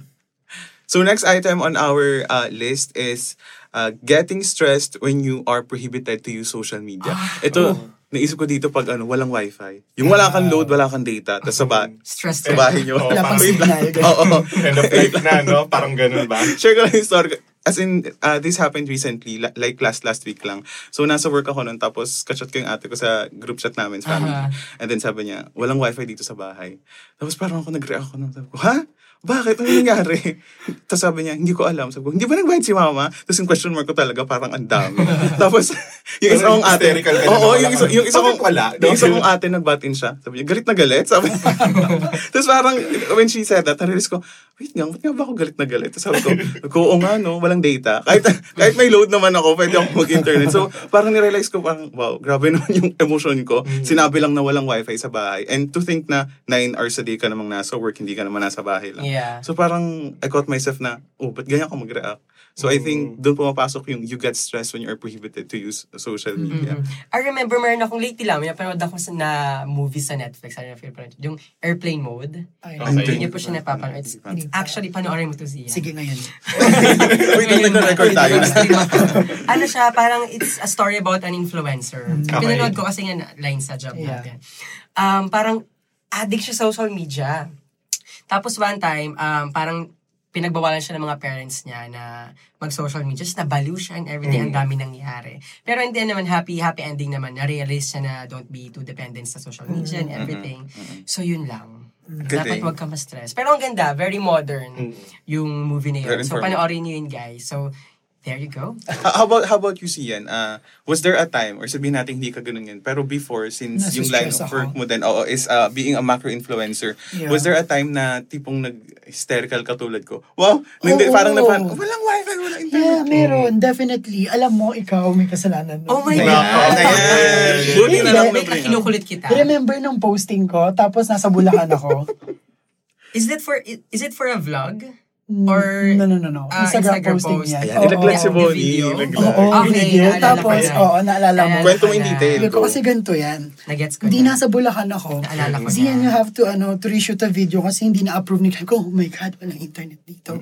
Speaker 4: So next item on our uh, list is uh, getting stressed when you are prohibited to use social media.
Speaker 5: Ah,
Speaker 4: Ito, naisip ko dito pag ano, walang wifi. Yung wala
Speaker 5: Ah.
Speaker 4: kang load, wala kang data. Tapos sa, ba-
Speaker 1: Stress
Speaker 4: sa bahay nyo.
Speaker 6: Wala pang
Speaker 4: Wait lang.
Speaker 5: signal.
Speaker 4: <laughs> Oo.
Speaker 6: End of life na, no? Parang ganun ba?
Speaker 4: <laughs> share ko lang yung story. ko. As in, uh, this happened recently, la- like last last week lang. So, nasa work ako nun, tapos kachat ko yung ate ko sa group chat namin sa family. And then sabi niya, walang wifi dito sa bahay. Tapos parang ako nag-react ako nun. Sabi ko, ha? Bakit? Ano nangyari? <laughs> tapos sabi niya, hindi ko alam. Sabi ko, hindi ba nagbayad si mama? Tapos yung question mark ko talaga, parang ang dami. tapos, <laughs> yung isa
Speaker 6: Pero
Speaker 4: kong ate.
Speaker 6: hysterical ka na,
Speaker 4: Oo,
Speaker 6: wala
Speaker 4: yung
Speaker 6: ka
Speaker 4: isa,
Speaker 6: na.
Speaker 4: yung isa
Speaker 6: <laughs> Bakit
Speaker 4: kong,
Speaker 6: wala?
Speaker 4: yung isa
Speaker 6: Dahil-
Speaker 4: kong ate nag-bat-in siya. Sabi niya, galit na galit. Sabi niya. Tapos parang, when she said that, narealize ko, wait nga, ba't nga ba ako galit na galit? Tapos sabi ko, ko, oo nga, no, walang data. Kahit, kahit may load naman ako, pwede ako mag-internet. So, parang nirealize ko, parang, wow, grabe <laughs> naman yung emotion ko. Sinabi lang na walang wifi sa bahay. And to think na 9 hours a day ka namang nasa work, hindi ka naman nasa bahay lang.
Speaker 1: Yeah.
Speaker 4: So parang, I caught myself na, oh, ba't ganyan ako mag-react? So I think doon pumapasok yung you get stressed when you are prohibited to use social media.
Speaker 1: I remember meron akong lately lang, may napanood ako sa, na movie sa Netflix, I don't know if you panood, yung Airplane Mode.
Speaker 5: Ay,
Speaker 6: Okay.
Speaker 1: Hindi niyo po siya napapanood. It's-
Speaker 5: Hindi pa.
Speaker 1: Actually, panoorin mo to siya.
Speaker 5: Sige ngayon.
Speaker 4: <laughs> Wait, lang, nag-record tayo.
Speaker 1: ano siya, parang it's a story about an influencer. Pinanood ko kasi nga line sa job
Speaker 5: Yeah.
Speaker 1: natin. Um, parang addict siya sa social media. Tapos one time, um, parang pinagbawalan siya ng mga parents niya na mag-social media. Just nabaliw siya and everything.
Speaker 4: Mm.
Speaker 1: Ang dami nangyari. Pero hindi naman happy, happy ending naman. Na-realize siya na don't be too dependent sa social media and everything. So yun lang. Dapat
Speaker 4: Mm-hmm. Galing. Mm.
Speaker 1: wag ka ma-stress. Pero ang ganda, very modern yung movie na yun.
Speaker 4: Very
Speaker 1: So
Speaker 4: informal.
Speaker 1: panoorin niyo yun guys. So there you
Speaker 5: <laughs>
Speaker 1: go.
Speaker 4: Uh, How how about how about you Sian? Uh, was there a time or sabihin natin hindi ka ganun yun, pero before since yung line of
Speaker 5: Nasistress ako.
Speaker 4: work mo din oo is uh, being a macro influencer.
Speaker 5: Yeah.
Speaker 4: Was there a time na tipong nag hysterical katulad ko? Wow, nang
Speaker 5: Oo.
Speaker 4: parang na parang walang wifi, wala internet.
Speaker 5: Yeah, meron. Definitely. Alam mo, ikaw may kasalanan. nun.
Speaker 1: Oh my
Speaker 6: Ayan.
Speaker 1: God!
Speaker 4: Ayan. Buti na lang
Speaker 1: Wait,
Speaker 4: na-bring up.
Speaker 1: kinukulit kita.
Speaker 5: Remember nung posting ko, tapos nasa Bulacan ako.
Speaker 1: Is that for, is it for a vlog? <laughs> Or-
Speaker 5: no, no, no, no.
Speaker 1: Ah, Instagram
Speaker 5: Instagram, posting
Speaker 1: post.
Speaker 5: yan.
Speaker 4: Ayan,
Speaker 5: Oo.
Speaker 4: nilaglag si
Speaker 1: The
Speaker 4: Bonnie.
Speaker 1: video.
Speaker 5: Oo,
Speaker 4: nilaglag.
Speaker 5: oh,
Speaker 1: Okay, naalala
Speaker 5: Tapos,
Speaker 1: ko yan.
Speaker 5: oo, naalala mo.
Speaker 1: Naalala
Speaker 4: Kwento mo
Speaker 1: ko
Speaker 4: in
Speaker 1: na.
Speaker 4: detail.
Speaker 5: Sabi ko kasi ganito yan.
Speaker 1: Oh, Nagets ko
Speaker 5: Hindi
Speaker 1: na.
Speaker 5: nasa Bulacan ako.
Speaker 1: Naalala ko
Speaker 5: Kasi
Speaker 1: na.
Speaker 5: yan, you have to, ano, to reshoot a video kasi hindi na-approve ni Sabi ko, oh my God, walang internet dito.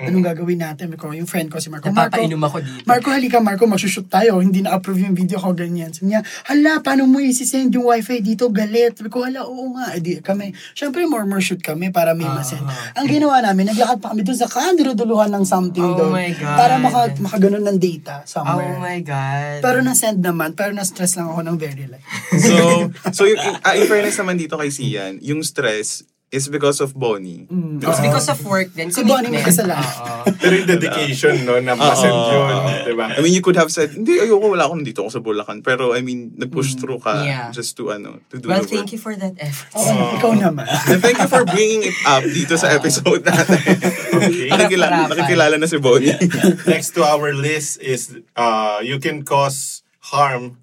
Speaker 5: Anong gagawin natin? Sabi ko, yung friend ko si Marco. Marco,
Speaker 1: Napapainom ako dito.
Speaker 5: Marco, halika Marco, magsushoot tayo. Hindi na-approve yung video ko, ganyan. Sabi niya, hala, paano mo isi-send yung wifi dito? Galit. Sabi ko, hala, oo nga. Eh, di, kami, syempre, murmur shoot kami para may masend. Ang ginawa namin, naglakad pa kami doon sa kandiruduluhan ng something
Speaker 1: Ah. Oh
Speaker 5: doon.
Speaker 1: my God.
Speaker 5: Para maka, makaganon ng data somewhere.
Speaker 1: Oh my God.
Speaker 5: Pero na-send naman, pero na-stress lang ako ng very
Speaker 1: <laughs>
Speaker 5: light.
Speaker 4: <laughs> So, so yung, ah, in fairness naman dito kay Sian, yung stress is because of Bonnie.
Speaker 5: Mm.
Speaker 4: Diba?
Speaker 1: It's because of work din.
Speaker 5: Si Bonnie may
Speaker 1: commitment.
Speaker 5: kasalanan.
Speaker 1: Oo.
Speaker 6: Pero yung dedication, no, na masend yun, diba? di ba?
Speaker 4: I mean, you could have said, hindi, ayoko, wala akong dito ako sa Bulacan. Pero, I mean,
Speaker 5: Mm.
Speaker 4: nag-push through ka
Speaker 1: Yeah.
Speaker 4: just to, ano, to do
Speaker 1: Well,
Speaker 4: the work.
Speaker 1: thank you for that effort.
Speaker 5: Oo, ikaw naman.
Speaker 4: And thank you for bringing it up dito sa episode natin. nakikilala,
Speaker 1: Harap-harapan.
Speaker 4: nakikilala na si Bonnie.
Speaker 6: Next to our list is uh, you can cause harm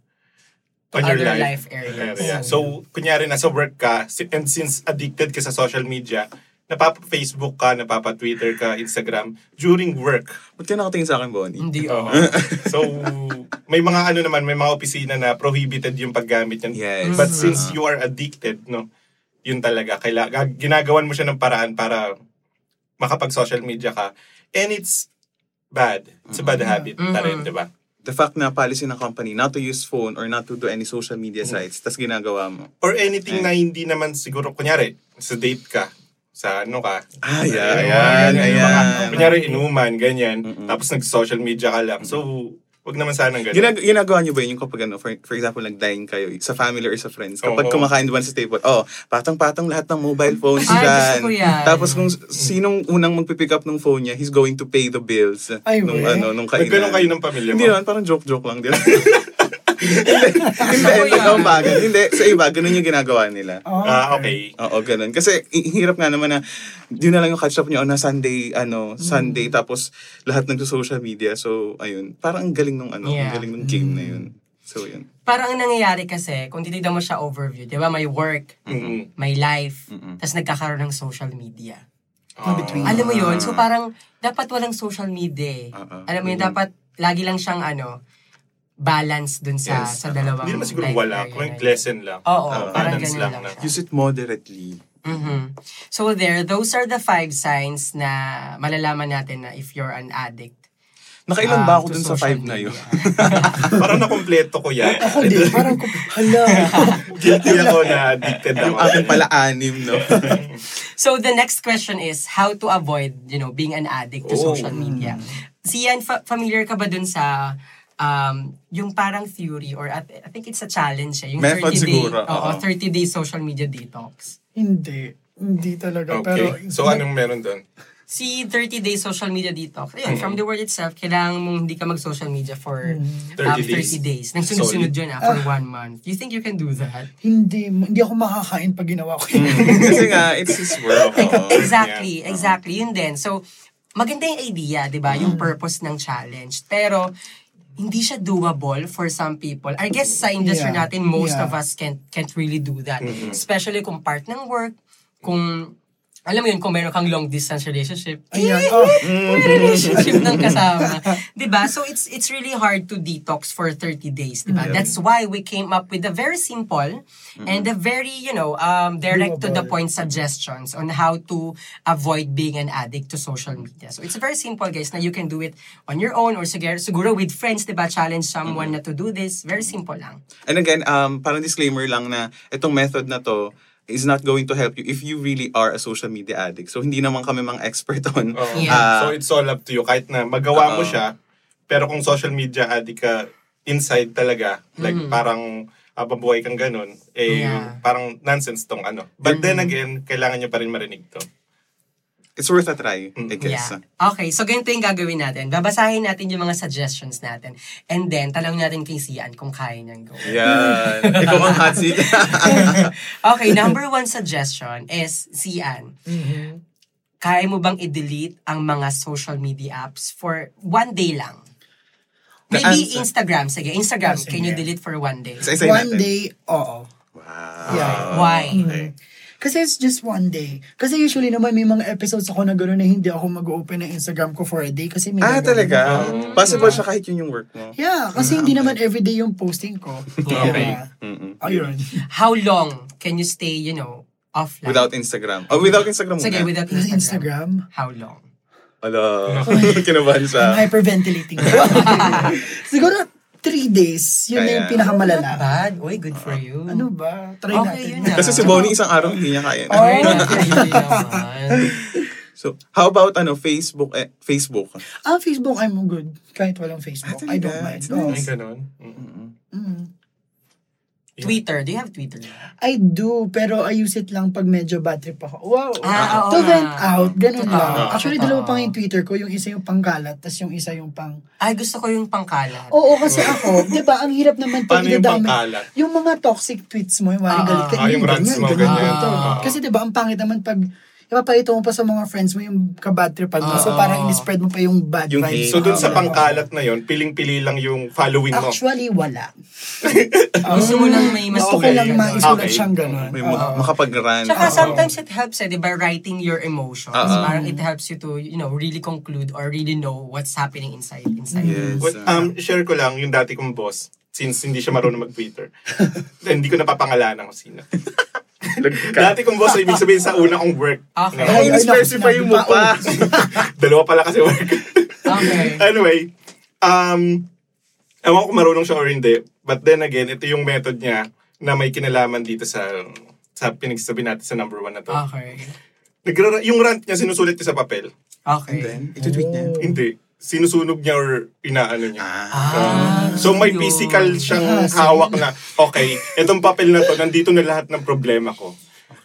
Speaker 6: on your
Speaker 1: Other
Speaker 6: life.
Speaker 1: life areas. Mm-hmm.
Speaker 6: area. So, kunyari nasa work ka, si- and since addicted ka sa social media, napapa-Facebook ka, napapa-Twitter ka, Instagram, during work.
Speaker 4: Ba't ka nakatingin sa akin, Bonnie?
Speaker 1: Hindi,
Speaker 4: <laughs>
Speaker 1: oo.
Speaker 6: so, may mga ano naman, may mga opisina na prohibited yung paggamit niyan.
Speaker 4: Yes. Mm-hmm.
Speaker 6: But since you are addicted, no, yun talaga. Kaila, gag- ginagawan mo siya ng paraan para makapag-social media ka. And it's bad. It's a bad
Speaker 4: Mm-hmm.
Speaker 6: habit na rin, diba? di ba?
Speaker 4: The fact na policy ng company not to use phone or not to do any social media sites, tas ginagawa mo.
Speaker 6: Or anything na hindi naman siguro, kunyari, sa date ka, sa ano ka.
Speaker 4: Ah, yeah.
Speaker 6: Ayan,
Speaker 4: Ayan,
Speaker 6: ayan.
Speaker 4: ayan.
Speaker 6: Kunyari, inuman, ganyan. Tapos nag-social media ka lang. So, wag naman sana ganun.
Speaker 4: Ginag- ginagawa niyo ba yun yung kapag ano, for, for example, nag-dine kayo sa family or sa friends? Kapag
Speaker 6: Oo.
Speaker 4: kumakain ba sa table, oh, patang-patang lahat ng mobile
Speaker 1: Ay,
Speaker 4: phones
Speaker 1: gusto
Speaker 4: dyan.
Speaker 1: ko yan.
Speaker 4: Tapos kung s- sinong unang magpipick up ng phone niya, he's going to pay the bills
Speaker 5: Ay,
Speaker 4: nung,
Speaker 5: we.
Speaker 4: ano, nung kainan.
Speaker 6: Nagganong kayo ng pamilya mo.
Speaker 1: Diba?
Speaker 4: Hindi naman, parang joke-joke lang
Speaker 1: <laughs>
Speaker 4: din. hindi, hindi,
Speaker 1: yan.
Speaker 4: umaga. Hindi, sa iba, ganun yung ginagawa nila.
Speaker 6: Ah, okay.
Speaker 4: Oo, ganun. Kasi i- hirap nga naman na yun na lang yung catch up niyo na Sunday, ano,
Speaker 1: Mm.
Speaker 4: Sunday tapos lahat nagso-social media. So, ayun. Parang ang galing nung ano, ang
Speaker 1: Yeah. Mm.
Speaker 4: galing nung game na yun. So, yun.
Speaker 1: Parang ang nangyayari kasi, kung titignan mo siya overview, di ba, may work,
Speaker 6: Mm-mm.
Speaker 1: may life, tas nagkakaroon ng social media.
Speaker 6: Ah.
Speaker 5: In between.
Speaker 1: Alam mo yun? So parang dapat walang social media eh.
Speaker 4: Ah, ah.
Speaker 1: Alam mo yun, dapat lagi lang siyang ano, balance dun sa
Speaker 4: Yes.
Speaker 1: sa dalawang
Speaker 6: Hindi naman siguro
Speaker 1: life
Speaker 6: wala.
Speaker 1: area
Speaker 6: Kung
Speaker 1: na yun.
Speaker 6: lesson lang.
Speaker 1: Oo,
Speaker 4: Ah,
Speaker 1: parang
Speaker 6: balance
Speaker 1: ganun
Speaker 6: lang
Speaker 1: lang,
Speaker 6: na.
Speaker 1: siya.
Speaker 4: Use it moderately.
Speaker 1: Mhm. So there, those are the five signs na malalaman natin na if you're an addict. um,
Speaker 4: Nakailan ba ako
Speaker 1: to
Speaker 4: dun sa
Speaker 1: social
Speaker 4: five na yun?
Speaker 1: media.
Speaker 6: <laughs> Parang nakumpleto ko
Speaker 1: <laughs>
Speaker 6: yan.
Speaker 5: Ako din, parang, ko- hala.
Speaker 6: <laughs> Guilty ako na addicted ako.
Speaker 4: yung aking pala anim, no?
Speaker 1: so the next question is how to avoid, you know, being an addict to
Speaker 4: Oh.
Speaker 1: social media. Sian, fa- familiar ka ba dun sa um, yung parang theory or at, I think it's a challenge eh. Yung
Speaker 4: Method
Speaker 1: 30 day,
Speaker 4: siguro,
Speaker 1: Oo,
Speaker 4: oo.
Speaker 1: 30 day social media detox.
Speaker 5: hindi. Hindi talaga.
Speaker 6: <laughs>
Speaker 5: Pero,
Speaker 6: Okay. So, ano? anong meron doon?
Speaker 1: Si 30 day social media detox, ayun, from the word itself, kailangan mong hindi ka mag-social media for um,
Speaker 6: 30 days.
Speaker 1: 30 days. Nang sunod-sunod yun ah, for one month. You think you can do that?
Speaker 5: Hindi, hindi ako makakain pag ginawa ko yun.
Speaker 4: <laughs> Kasi nga, it's his world. Oo.
Speaker 1: Exactly,
Speaker 5: Uh-huh.
Speaker 1: exactly. Yun din. So, maganda yung idea, di ba? Yung
Speaker 5: Mm.
Speaker 1: purpose ng challenge. Pero, hindi siya doable for some people. I guess sa industry
Speaker 5: Yeah.
Speaker 1: natin, most
Speaker 5: Yeah.
Speaker 1: of us can't, can't really do that. Especially kung part ng work, kung, alam mo yun, kung meron kang long distance relationship,
Speaker 5: <laughs> Ayan,
Speaker 1: <laughs>
Speaker 5: oh.
Speaker 1: may relationship ng kasama. Di ba? So, it's it's really hard to detox for 30 days, di ba? That's why we came up with a very simple and a very, you know, um, direct to the point suggestions on how to avoid being an addict to social media. So, it's very simple, guys, na you can do it on your own or siguro, siguro with friends, di ba? Challenge someone na to do this. Very simple lang.
Speaker 4: And again, um, parang disclaimer lang na itong method na to is not going to help you if you really are a social media addict. So, hindi naman kami mga expert on uh,
Speaker 6: Oo.
Speaker 1: Yeah.
Speaker 6: Oh.
Speaker 1: Ah.
Speaker 6: so, it's all up to you. Kahit na magawa mo
Speaker 4: Oo.
Speaker 6: siya, pero kung social media addict ka inside talaga, like parang habang buhay kang ganun,
Speaker 1: Mm.
Speaker 6: eh
Speaker 1: Yeah. Mm.
Speaker 6: parang nonsense tong ano. But then again, kailangan nyo pa rin marinig to.
Speaker 4: it's worth a try, I guess.
Speaker 1: Yeah. Okay, so ganito yung gagawin natin. Babasahin natin yung mga suggestions natin. And then, talangin natin kay Sian kung kaya niyang gawin.
Speaker 4: Yan. <laughs> Ikaw ang hot
Speaker 1: <laughs>
Speaker 4: seat.
Speaker 1: okay, number one suggestion is Sian.
Speaker 5: Mm-hmm.
Speaker 1: Kaya mo bang i-delete ang mga social media apps for one day lang?
Speaker 4: The
Speaker 1: Maybe
Speaker 4: answer.
Speaker 1: Instagram. Sige, Instagram.
Speaker 5: Oh, sige.
Speaker 1: Can you delete for one day?
Speaker 4: Isa-isa
Speaker 5: One
Speaker 4: natin.
Speaker 5: day, oo.
Speaker 1: Ah.
Speaker 4: Wow.
Speaker 5: Yeah.
Speaker 1: Why?
Speaker 4: Okay.
Speaker 5: Kasi it's just one day. Kasi usually naman may mga episodes ako na gano'n na hindi ako mag-open ng Instagram ko for a day kasi may
Speaker 4: Ah,
Speaker 5: gagawin
Speaker 4: talaga? Possible siya kahit yun yung work mo.
Speaker 5: Yeah, kasi hindi naman everyday yung posting ko.
Speaker 1: Okay.
Speaker 5: Kaya,
Speaker 4: Mm-mm.
Speaker 5: Ayun.
Speaker 1: How long can you stay, you know, offline?
Speaker 4: Without Instagram. Oh, without Instagram muna.
Speaker 1: Sige, without
Speaker 5: Sa
Speaker 1: Instagram.
Speaker 5: Instagram,
Speaker 1: How long?
Speaker 4: Ala, <laughs> kinabahan siya.
Speaker 5: I'm hyperventilating. Um, <laughs> Siguro, three days. Yun na yung
Speaker 4: Kaya.
Speaker 5: pinakamalala.
Speaker 1: Not bad. Uy, good
Speaker 4: Uh,
Speaker 1: for you.
Speaker 5: Ano ba? Try
Speaker 1: Okay,
Speaker 5: natin.
Speaker 1: yun na.
Speaker 4: Kasi si Bonnie isang araw hindi niya kaya.
Speaker 1: Oh,
Speaker 5: <laughs>
Speaker 1: hindi naman.
Speaker 4: <laughs> So, how about ano Facebook eh, Facebook?
Speaker 5: Ah, Facebook, I'm good. Kahit walang Facebook.
Speaker 4: Ah,
Speaker 5: I don't
Speaker 4: talaga?
Speaker 5: mind.
Speaker 4: It's
Speaker 5: No.
Speaker 6: Ay, ganun. Mm.
Speaker 5: Mm.
Speaker 1: Twitter. Do you have Twitter?
Speaker 5: I do, pero I use it lang pag medyo battery pa ako. Wow.
Speaker 1: Ah, oo
Speaker 5: to
Speaker 1: nga.
Speaker 5: vent out, ganun
Speaker 1: Totoo.
Speaker 5: lang. Actually, dalawa
Speaker 1: Totoo.
Speaker 5: pang yung Twitter ko. Yung isa yung pangkalat, tas yung isa yung pang...
Speaker 1: Ay, gusto ko yung pangkalat.
Speaker 5: Oo, kasi ako, di ba, ang hirap naman pag
Speaker 6: Paano yung
Speaker 5: idadami.
Speaker 6: pangkalat?
Speaker 5: Yung mga toxic tweets mo, yung mga
Speaker 1: Ah,
Speaker 5: galit ka.
Speaker 6: ah, yung rants mo, ganyan.
Speaker 5: to.
Speaker 6: Ah.
Speaker 5: Kasi di ba, ang pangit naman pag ipapakita mo pa sa mga friends mo yung kabattery pa.
Speaker 1: Ah,
Speaker 5: so
Speaker 1: ah.
Speaker 5: parang in-spread mo pa yung bad
Speaker 4: Yung
Speaker 5: vibes.
Speaker 4: hate.
Speaker 6: So, dun sa
Speaker 5: Ah.
Speaker 6: pangkalat na yon piling-pili lang yung following mo. Ah,
Speaker 5: Actually, wala.
Speaker 1: Gusto mo lang may mas
Speaker 5: Gusto ko
Speaker 6: okay.
Speaker 5: lang maisulat
Speaker 6: Okay.
Speaker 5: siyang ganun.
Speaker 4: May Ah,
Speaker 5: Oo.
Speaker 4: ma- makapag-rant.
Speaker 1: Tsaka sometimes it helps eh, di ba, writing your emotions.
Speaker 4: Oo.
Speaker 1: Parang it helps you to, you know, really conclude or really know what's happening inside inside.
Speaker 4: Yes.
Speaker 6: Well, um, share ko lang yung dati kong boss since hindi siya marunong mag-Twitter. hindi ko napapangalanan kung sino. Dati kong boss, ibig sabihin sa una kong work.
Speaker 1: Okay.
Speaker 6: No?
Speaker 5: Ah. Ay, ay,
Speaker 4: in-specify
Speaker 5: naku,
Speaker 4: mo pa.
Speaker 6: <laughs> Dalawa pala kasi work.
Speaker 1: Okay.
Speaker 6: <laughs> anyway, um, ewan ko kung marunong siya or hindi. But then again, ito yung method niya na may kinalaman dito sa sa pinagsasabi natin sa number one na to.
Speaker 1: Okay.
Speaker 6: Nagra- yung rant niya, sinusulit niya sa papel.
Speaker 1: Okay.
Speaker 4: And then, ito tweet niya.
Speaker 6: Hindi. Sinusunog niya or inaano niya.
Speaker 4: <laughs> Ah.
Speaker 1: Ah,
Speaker 6: So may
Speaker 1: yun.
Speaker 6: physical siyang
Speaker 5: Ah, so-
Speaker 6: hawak na, okay, itong papel na to, nandito na lahat ng problema ko.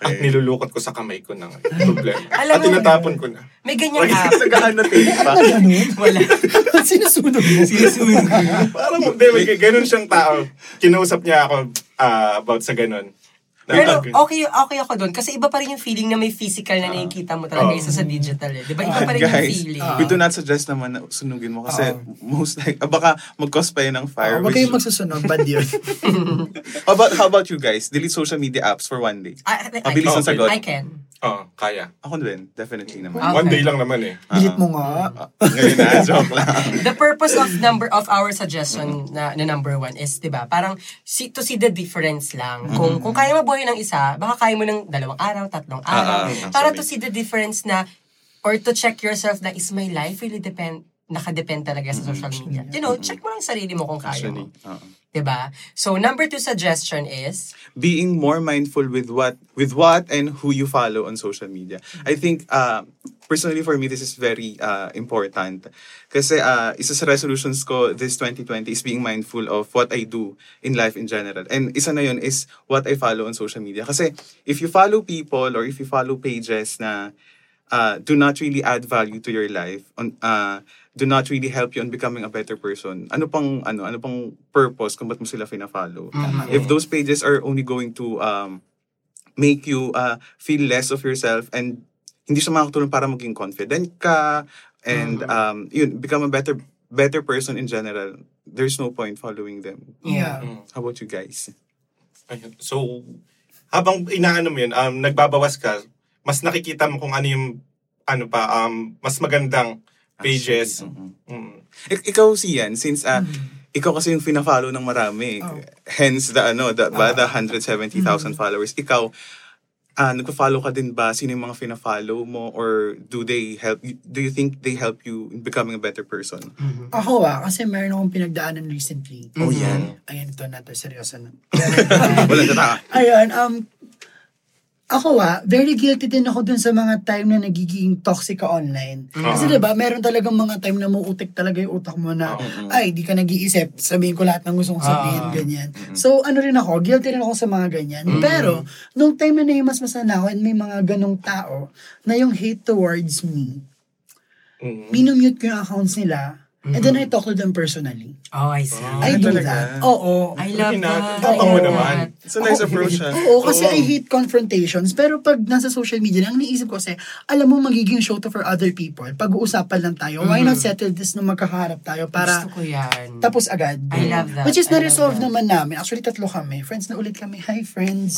Speaker 6: At
Speaker 4: Okay.
Speaker 6: nilulukot ko sa kamay
Speaker 1: <laughs>
Speaker 6: ko ng problema.
Speaker 1: Alam
Speaker 6: At
Speaker 1: mo-
Speaker 6: tinatapon ko
Speaker 1: <laughs>
Speaker 6: na.
Speaker 1: May ganyan app.
Speaker 4: <laughs> Nag-annotate pa.
Speaker 5: Ganun?
Speaker 1: Wala.
Speaker 5: <laughs> Sinusunog Oh, mo? <laughs> Sinusunog
Speaker 6: Parang hindi, may ganun siyang tao. Kinausap niya ako ah, about sa ganun. Na-
Speaker 1: Pero
Speaker 6: okay.
Speaker 1: okay, okay ako doon. Kasi iba pa rin yung feeling na may physical
Speaker 4: Ah.
Speaker 1: na nakikita mo talaga
Speaker 6: Oo.
Speaker 1: isa sa digital eh. Di ba? Iba pa rin yung
Speaker 4: Guys, Ah.
Speaker 1: feeling.
Speaker 4: we do not suggest naman na sunugin mo kasi most like, ah, baka mag-cause pa yun ng fire.
Speaker 5: Huwag
Speaker 4: which-
Speaker 5: kayong magsusunog, bad yun.
Speaker 4: how, about, how about you guys? Delete social media apps for one day.
Speaker 1: I, Ah, I, I,
Speaker 4: Mabilis ang
Speaker 1: can.
Speaker 4: sagot.
Speaker 1: I can.
Speaker 6: Oo, oh, kaya.
Speaker 4: Ako din, definitely naman.
Speaker 1: Okay.
Speaker 6: One day lang naman eh.
Speaker 5: Bilit mo nga.
Speaker 4: Ah, ngayon na, joke lang.
Speaker 1: The purpose of number of our suggestion na, na number one is, di ba, parang see, to see the difference lang. Kung kung kaya mo buhay ng isa, baka kaya mo ng dalawang araw, tatlong araw.
Speaker 4: Ah, ah,
Speaker 1: para
Speaker 4: actually.
Speaker 1: to see the difference na, or to check yoyourself na, is my life really depend, nakadepend talaga sa social media? You know, check mo lang sarili mo kung kaya
Speaker 4: Actually,
Speaker 1: mo.
Speaker 4: oo.
Speaker 1: Di ba? So, number two suggestion is,
Speaker 4: being more mindful with what with what and who you follow on social media. I think uh, personally for me this is very uh, important. Kasi uh, isa sa resolutions ko this 2020 is being mindful of what I do in life in general. And isa na yun is what I follow on social media. Kasi if you follow people or if you follow pages na uh, do not really add value to your life on uh, do not really help you on becoming a better person ano pang ano ano pang purpose kung ba't mo sila fina-follow if those pages are only going to um, make you uh, feel less of yourself and hindi siya makakatulong para maging confident ka and um, yun become a better better person in general there's no point following them
Speaker 6: Mm-hmm.
Speaker 5: Yeah.
Speaker 4: how about you guys
Speaker 6: Ayun. So, habang inaano mo yun, um, nagbabawas ka, mas nakikita mo kung ano yung, ano pa, um, mas magandang pages.
Speaker 4: Mhm.
Speaker 6: Mm.
Speaker 4: Ik- ikaw si Yan, since ah, ikaw kasi yung fina-follow ng marami.
Speaker 5: Mm-hmm. Oh. Ah. Mm-hmm.
Speaker 4: Hence the ano, the, ba, the 170,000 followers. Ikaw, ah nagpa-follow ka din ba? Sino yung mga fina-follow mo? Or do they help you, do you think they help you in becoming a better person?
Speaker 5: Ako ah, kasi meron akong pinagdaanan recently.
Speaker 4: Oh, yan.
Speaker 5: Ayan, ito na to. Seryoso na.
Speaker 4: Walang
Speaker 5: <laughs>
Speaker 4: tata.
Speaker 5: Ayun, um, ako ah, very guilty din ako dun sa mga time na nagiging toxic ka online. Kasi diba, meron talagang mga time na muutik talaga yung utak mo na, ay, di ka nag-iisip, sabihin ko lahat ng gusto kong sabihin, ganyan. So, ano rin ako, guilty rin ako sa mga ganyan. Pero, nung time na nahimasmasan na ako and may mga ganong tao na yung hate towards me,
Speaker 6: Mm.
Speaker 5: minumute ko yung accounts nila, and then I talk to them personally.
Speaker 1: Oh, I see.
Speaker 5: I do that. Oo.
Speaker 1: I love
Speaker 6: Hindi na-
Speaker 1: that.
Speaker 6: Tapang mo
Speaker 1: I love
Speaker 6: naman.
Speaker 1: that.
Speaker 4: It's a nice approach, ah. ha?
Speaker 5: Oo, kasi I hate confrontations. Pero pag nasa social media lang, naisip ko kasi, alam mo, magiging show to for other people. Pag-uusapan lang tayo.
Speaker 4: Mm-hmm.
Speaker 5: Why not settle this nung magkakaharap tayo para
Speaker 1: Gusto ko yan.
Speaker 5: tapos agad.
Speaker 1: I love that.
Speaker 5: Which
Speaker 1: I
Speaker 5: is
Speaker 1: love
Speaker 5: na-resolve
Speaker 1: that.
Speaker 5: naman namin. Actually, tatlo kami. Friends na ulit kami. Hi, friends.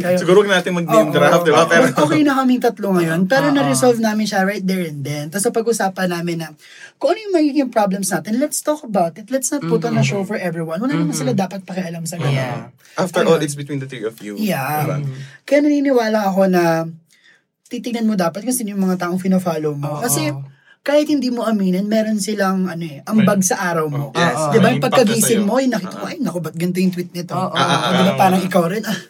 Speaker 5: Kayo.
Speaker 4: <laughs> Siguro huwag natin mag-name drop, di ba?
Speaker 5: Oo.
Speaker 4: Pero,
Speaker 5: <laughs>
Speaker 4: Ah,
Speaker 5: okay na kaming tatlo ngayon. Pero
Speaker 1: Oo.
Speaker 5: na-resolve namin siya right there and then. Tapos napag-usapan namin na kung ano yung magiging problems natin, let's talk about it. Let's not put on a
Speaker 4: Mm-hmm.
Speaker 5: show for everyone. Wala naman sila dapat pakialam sa ganun.
Speaker 1: Mm-hmm. Yeah.
Speaker 4: after all, it's between the three of you.
Speaker 5: Yeah.
Speaker 4: Diba?
Speaker 5: Kaya naniniwala ako na titignan mo dapat kung sino yung mga taong fina-follow
Speaker 1: Oo.
Speaker 5: mo. Kasi kahit hindi mo aminin, meron silang ano eh, ambag sa araw
Speaker 6: Oo.
Speaker 5: mo.
Speaker 4: Yes.
Speaker 1: Oo.
Speaker 5: Di ba?
Speaker 6: may
Speaker 5: Yung
Speaker 6: impact
Speaker 5: pagkagising
Speaker 6: na sa'yo.
Speaker 5: mo, yung nakita ko, ay, naku, ba't ganito yung tweet nito?
Speaker 1: Oo.
Speaker 5: Ah, di ba? Parang ikaw rin, ah,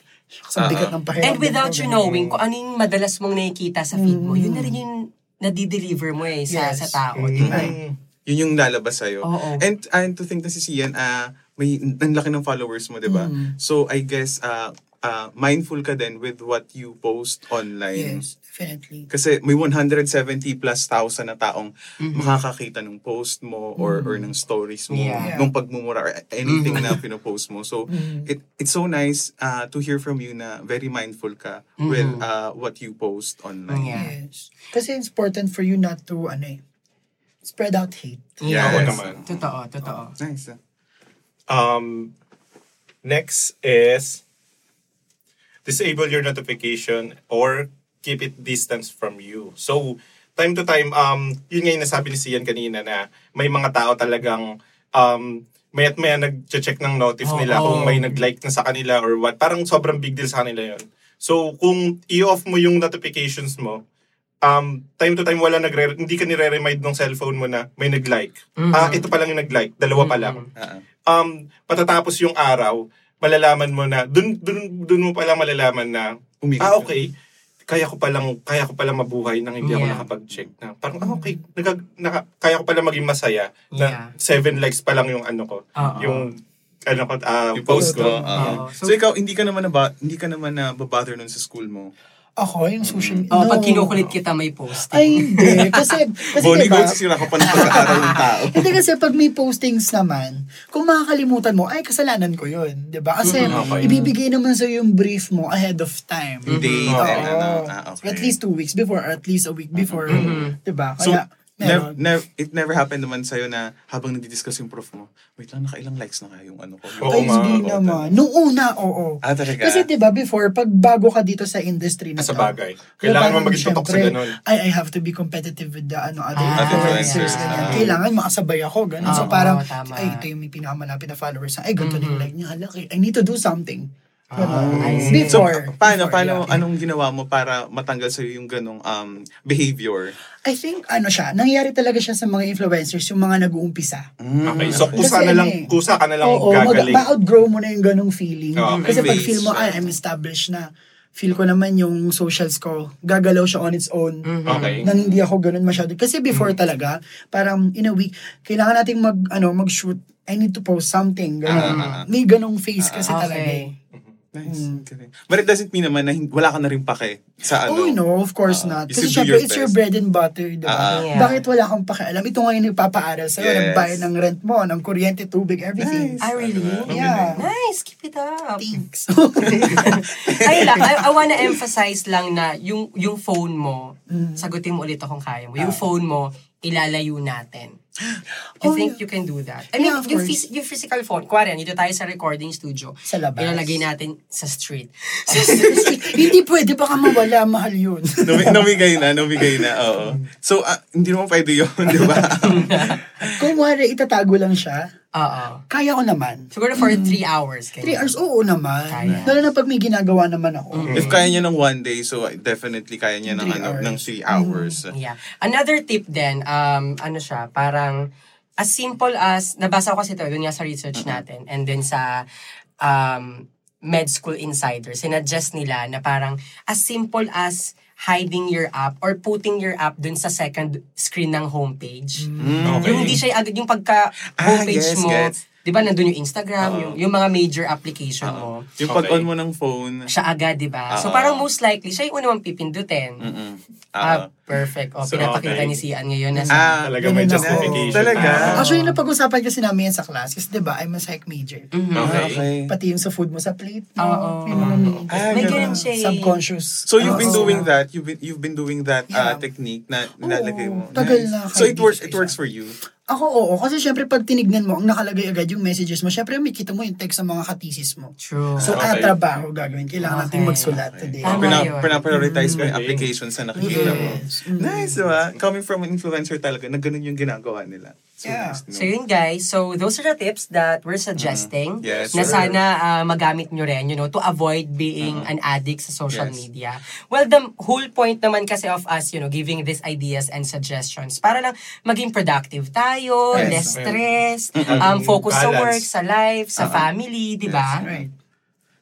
Speaker 5: sa bigat ng pakiramdam.
Speaker 1: And without
Speaker 5: ko,
Speaker 1: you
Speaker 5: ganun.
Speaker 1: knowing kung ano yung madalas mong nakikita sa feed mo, yun na rin yung nadideliver mo eh sa,
Speaker 5: Yes.
Speaker 1: sa tao,
Speaker 6: Mm.
Speaker 1: di ba?
Speaker 4: Yun yung lalabas sa'yo.
Speaker 1: Oo.
Speaker 4: And, and to think na si Sian, ah, may, ang laki ng followers mo, di ba?
Speaker 1: Mm.
Speaker 4: So, I guess, ah, ah, mindful ka din with what you post online.
Speaker 5: Yes, definitely.
Speaker 4: Kasi may 170 plus thousand na taong
Speaker 1: Mm-hmm.
Speaker 4: makakakita ng post mo or or ng stories mo,
Speaker 1: Yeah. Mm-hmm.
Speaker 4: ng pagmumura or anything na pinopost mo. So it it's so nice uh, to hear from you na very mindful ka with uh, what you post online.
Speaker 1: Mm-hmm. Yeah.
Speaker 5: Yes. Kasi it's important for you not to, ano eh, spread out hate.
Speaker 1: Yeah.
Speaker 6: Ako naman.
Speaker 1: Totoo, totoo.
Speaker 4: Nice. ah.
Speaker 6: Um, next is disable your notification or keep it distance from you. So, time to time, um, yun nga yung nasabi ni Sian kanina na may mga tao talagang um, maya't maya nag-check ng notif
Speaker 1: Oo.
Speaker 6: nila kung may nag-like na sa kanila or what. Parang sobrang big deal sa kanila yun. So, kung i-off mo yung notifications mo, um, time to time wala nagre- hindi ka nire-remind ng cellphone mo na may nag-like. Ah, ito pa lang yung nag-like. Dalawa pa lang
Speaker 4: Ah, ah.
Speaker 6: um, patatapos yung araw, malalaman mo na, dun, dun, dun mo palang malalaman na,
Speaker 4: Umikot
Speaker 6: ah,
Speaker 4: ka.
Speaker 6: okay, kaya ko palang, kaya ko palang mabuhay nang hindi ako
Speaker 1: Yeah.
Speaker 6: nakapag-check na. Parang, ah, okay, nagag, naka, kaya ko palang maging masaya na seven likes pa lang yung ano ko.
Speaker 1: Oo.
Speaker 6: Yung, ano ko, ah,
Speaker 4: Yung
Speaker 6: post
Speaker 4: post
Speaker 6: ko.
Speaker 4: ko. ah.
Speaker 1: Oo.
Speaker 4: So, ikaw hindi ka naman na ba, hindi ka naman na babother nun sa school mo.
Speaker 5: Ako, yung social media.
Speaker 1: Oh, pag kinukulit kita, may post.
Speaker 5: Ay, hindi. Kasi, kasi
Speaker 4: Bonnie
Speaker 5: diba,
Speaker 4: Gold, sisira ka pa ng pag-aaral ng tao.
Speaker 5: <laughs> Hindi kasi pag may postings naman, kung makakalimutan mo, ay kasalanan ko yun. 'di ba Kasi ibibigay naman sa'yo yung brief mo ahead of time.
Speaker 4: Date
Speaker 5: Oo.
Speaker 4: and ano. Ah, okay.
Speaker 5: At least two weeks before or at least a week before. 'di ba
Speaker 4: So,
Speaker 5: Kaya,
Speaker 4: nev-
Speaker 5: meron.
Speaker 4: nev- it never happened naman sa'yo na habang nagdi-discuss yung prof mo, wait lang, nakailang likes na kaya yung ano ko.
Speaker 6: Oo
Speaker 5: ay,
Speaker 6: nga,
Speaker 5: hindi naman. Noong una, oo.
Speaker 4: Ah, talaga?
Speaker 5: Kasi 'di ba before, pag bago ka dito sa industry na
Speaker 6: Sa
Speaker 5: to,
Speaker 6: bagay. Kailangan mo
Speaker 5: parang
Speaker 6: maging tutok sa
Speaker 5: syempre,
Speaker 6: ganun.
Speaker 5: Ay, I have to be competitive with the ano, other
Speaker 1: Ah,
Speaker 4: influencers.
Speaker 5: influencers. ganyan.
Speaker 4: Ah.
Speaker 5: Kailangan makasabay ako. Ganun. so
Speaker 1: Oo,
Speaker 5: parang,
Speaker 1: tama.
Speaker 5: ay, ito yung may pinakamalapit na followers. Ay, ganito na yung like niya. Hala, I need to do something. Ganun.
Speaker 1: I see.
Speaker 4: So,
Speaker 5: before.
Speaker 4: paano,
Speaker 5: before,
Speaker 4: paano,
Speaker 5: yeah.
Speaker 4: anong ginawa mo para matanggal sa'yo yung ganong um, behavior?
Speaker 5: I think, ano siya, nangyari talaga siya sa mga influencers, yung mga nag-uumpisa.
Speaker 6: Okay, so kusa
Speaker 5: Mm. Kasi
Speaker 6: na lang,
Speaker 5: ano eh.
Speaker 6: kusa ka na lang
Speaker 5: Oo, mag,
Speaker 6: gagaling.
Speaker 5: ma-outgrow mo na yung ganong feeling.
Speaker 6: Oo,
Speaker 5: Kasi pag
Speaker 4: phase,
Speaker 5: feel mo, ay,
Speaker 4: right.
Speaker 5: I'm established na. Feel ko naman yung socials ko, gagalaw siya on its own.
Speaker 6: Okay.
Speaker 5: Nang hindi ako ganun masyado. Kasi before
Speaker 4: Mm.
Speaker 5: talaga, parang in a week, kailangan nating mag, ano, mag-shoot. I need to post something.
Speaker 4: Ah,
Speaker 5: Ganun. May ganong face kasi
Speaker 1: Ah, Okay.
Speaker 5: talaga eh.
Speaker 4: Nice.
Speaker 5: Hmm.
Speaker 4: Okay. But it doesn't mean naman na hin- wala ka na rin pake sa ano.
Speaker 5: Oh, no, of course not.
Speaker 4: you
Speaker 5: Kasi
Speaker 4: should do
Speaker 5: syempre,
Speaker 4: your
Speaker 5: it's your
Speaker 4: best.
Speaker 5: bread and butter, di ba?
Speaker 4: Ah.
Speaker 1: Yeah.
Speaker 5: Bakit wala kang pakialam? Ito nga yung nagpapaaral sa'yo,
Speaker 4: Yes.
Speaker 5: nagbayad ng rent mo, ng kuryente, tubig, everything.
Speaker 1: Ah, really?
Speaker 5: Yeah.
Speaker 1: Nice, keep it up.
Speaker 5: Ah, Thanks. <laughs>
Speaker 1: <laughs> Ay lang, I, I wanna emphasize lang na yung yung phone mo,
Speaker 5: Mm.
Speaker 1: sagutin mo ulit akong kaya mo. Yung phone mo, ilalayo natin. You
Speaker 5: Oh,
Speaker 1: think you can do that? I mean,
Speaker 5: Yeah, of
Speaker 1: yung,
Speaker 5: course.
Speaker 1: phys- yung physical phone, kuwari, dito tayo sa recording studio.
Speaker 5: Sa labas.
Speaker 1: Ilalagay natin sa
Speaker 5: <laughs>
Speaker 1: street.
Speaker 5: Hindi pwede, baka mawala, mahal
Speaker 4: <laughs>
Speaker 5: yun.
Speaker 4: Numi- Namigay na, namigay na, oo. So, ah, hindi naman pwede yun, <laughs> di ba?
Speaker 5: Kung wari, itatago lang siya,
Speaker 1: Oo.
Speaker 5: kaya ko naman.
Speaker 1: Siguro for three hours. ganyan.
Speaker 5: Mm. Three hours, oo naman.
Speaker 1: Kaya.
Speaker 5: Lalo na pag may ginagawa naman ako.
Speaker 4: If kaya niya ng one day, so ah, definitely kaya niya ng,
Speaker 5: Three
Speaker 4: ano,
Speaker 5: hours.
Speaker 4: ng three hours.
Speaker 1: Yeah. Another tip then, um, ano siya, parang as simple as, nabasa ko kasi ito, dun nga sa research natin, and then sa um, med school insider, sinadjust nila na parang as simple as hiding your app or putting your app dun sa second screen ng homepage.
Speaker 6: Okay.
Speaker 5: Mm.
Speaker 1: Yung hindi siya agad yung pagka homepage
Speaker 4: Mm. Ah, yes,
Speaker 1: mo,
Speaker 4: gets.
Speaker 1: di ba nandun yung Instagram, yung, yung mga major application mo,
Speaker 4: Yung
Speaker 6: Okay.
Speaker 4: pag-on mo ng phone.
Speaker 1: siya agad, di ba? So
Speaker 4: Oo.
Speaker 1: parang most likely, siya yung unang pindutin.
Speaker 4: Mm-mm.
Speaker 1: Ah,
Speaker 4: Ah.
Speaker 1: perfect. O,
Speaker 6: So,
Speaker 1: pinapakita
Speaker 6: okay.
Speaker 1: ni Sian ngayon na sa...
Speaker 4: Ah,
Speaker 6: Talaga may
Speaker 5: Ganun ako.
Speaker 6: justification.
Speaker 4: Talaga?
Speaker 6: Ah,
Speaker 5: Actually, napag-usapan kasi namin yan sa class. Kasi diba, I'm a psych major.
Speaker 1: Mhm.
Speaker 4: okay.
Speaker 5: Pati yung sa food mo sa plate. mo,
Speaker 1: Oo.
Speaker 5: Yung mga mini-
Speaker 4: Ah,
Speaker 1: May ganun
Speaker 4: ganun.
Speaker 1: siya eh.
Speaker 5: Subconscious.
Speaker 4: So you've been
Speaker 5: Oo.
Speaker 4: doing that, you've been you've been doing that uh,
Speaker 5: Ah, Yeah.
Speaker 4: technique na
Speaker 5: Oo,
Speaker 4: nilalagay mo.
Speaker 5: tagal na
Speaker 4: So it works it
Speaker 5: kaibigan.
Speaker 4: works for you.
Speaker 5: Ako, oo. Kasi syempre, pag tinignan mo, ang nakalagay agad yung messages mo, syempre, makita mo yung text sa mga katisis mo.
Speaker 1: True.
Speaker 5: So,
Speaker 6: Ah, Okay.
Speaker 5: atrabaho gagawin. Kailangan natin
Speaker 1: Okay.
Speaker 5: magsulat today. Mm-hmm.
Speaker 1: Tama
Speaker 4: Pina,
Speaker 1: yun.
Speaker 4: pinaprioritize ko yung
Speaker 6: Mm.
Speaker 4: applications na nakikita mo.
Speaker 5: Yes. Mm.
Speaker 4: Nice, di ba? Coming from an influencer talaga, na ganun yung ginagawa nila. So
Speaker 5: Yeah.
Speaker 4: nice to know.
Speaker 1: So yun guys, so those are the tips that we're suggesting
Speaker 4: Mm-hmm. Yes,
Speaker 1: na
Speaker 4: sir. Mm-hmm.
Speaker 1: sana ah, magamit nyo rin, you know, to avoid being an addict sa social
Speaker 4: Yes.
Speaker 1: media. Well, the whole point naman kasi of us, you know, giving these ideas and suggestions para lang maging productive tayo,
Speaker 4: Yes. Mm-hmm.
Speaker 1: less stressed, um, focus sa
Speaker 6: Balance.
Speaker 1: work, sa life,
Speaker 4: Uh-huh.
Speaker 1: sa family, di ba?
Speaker 5: Right.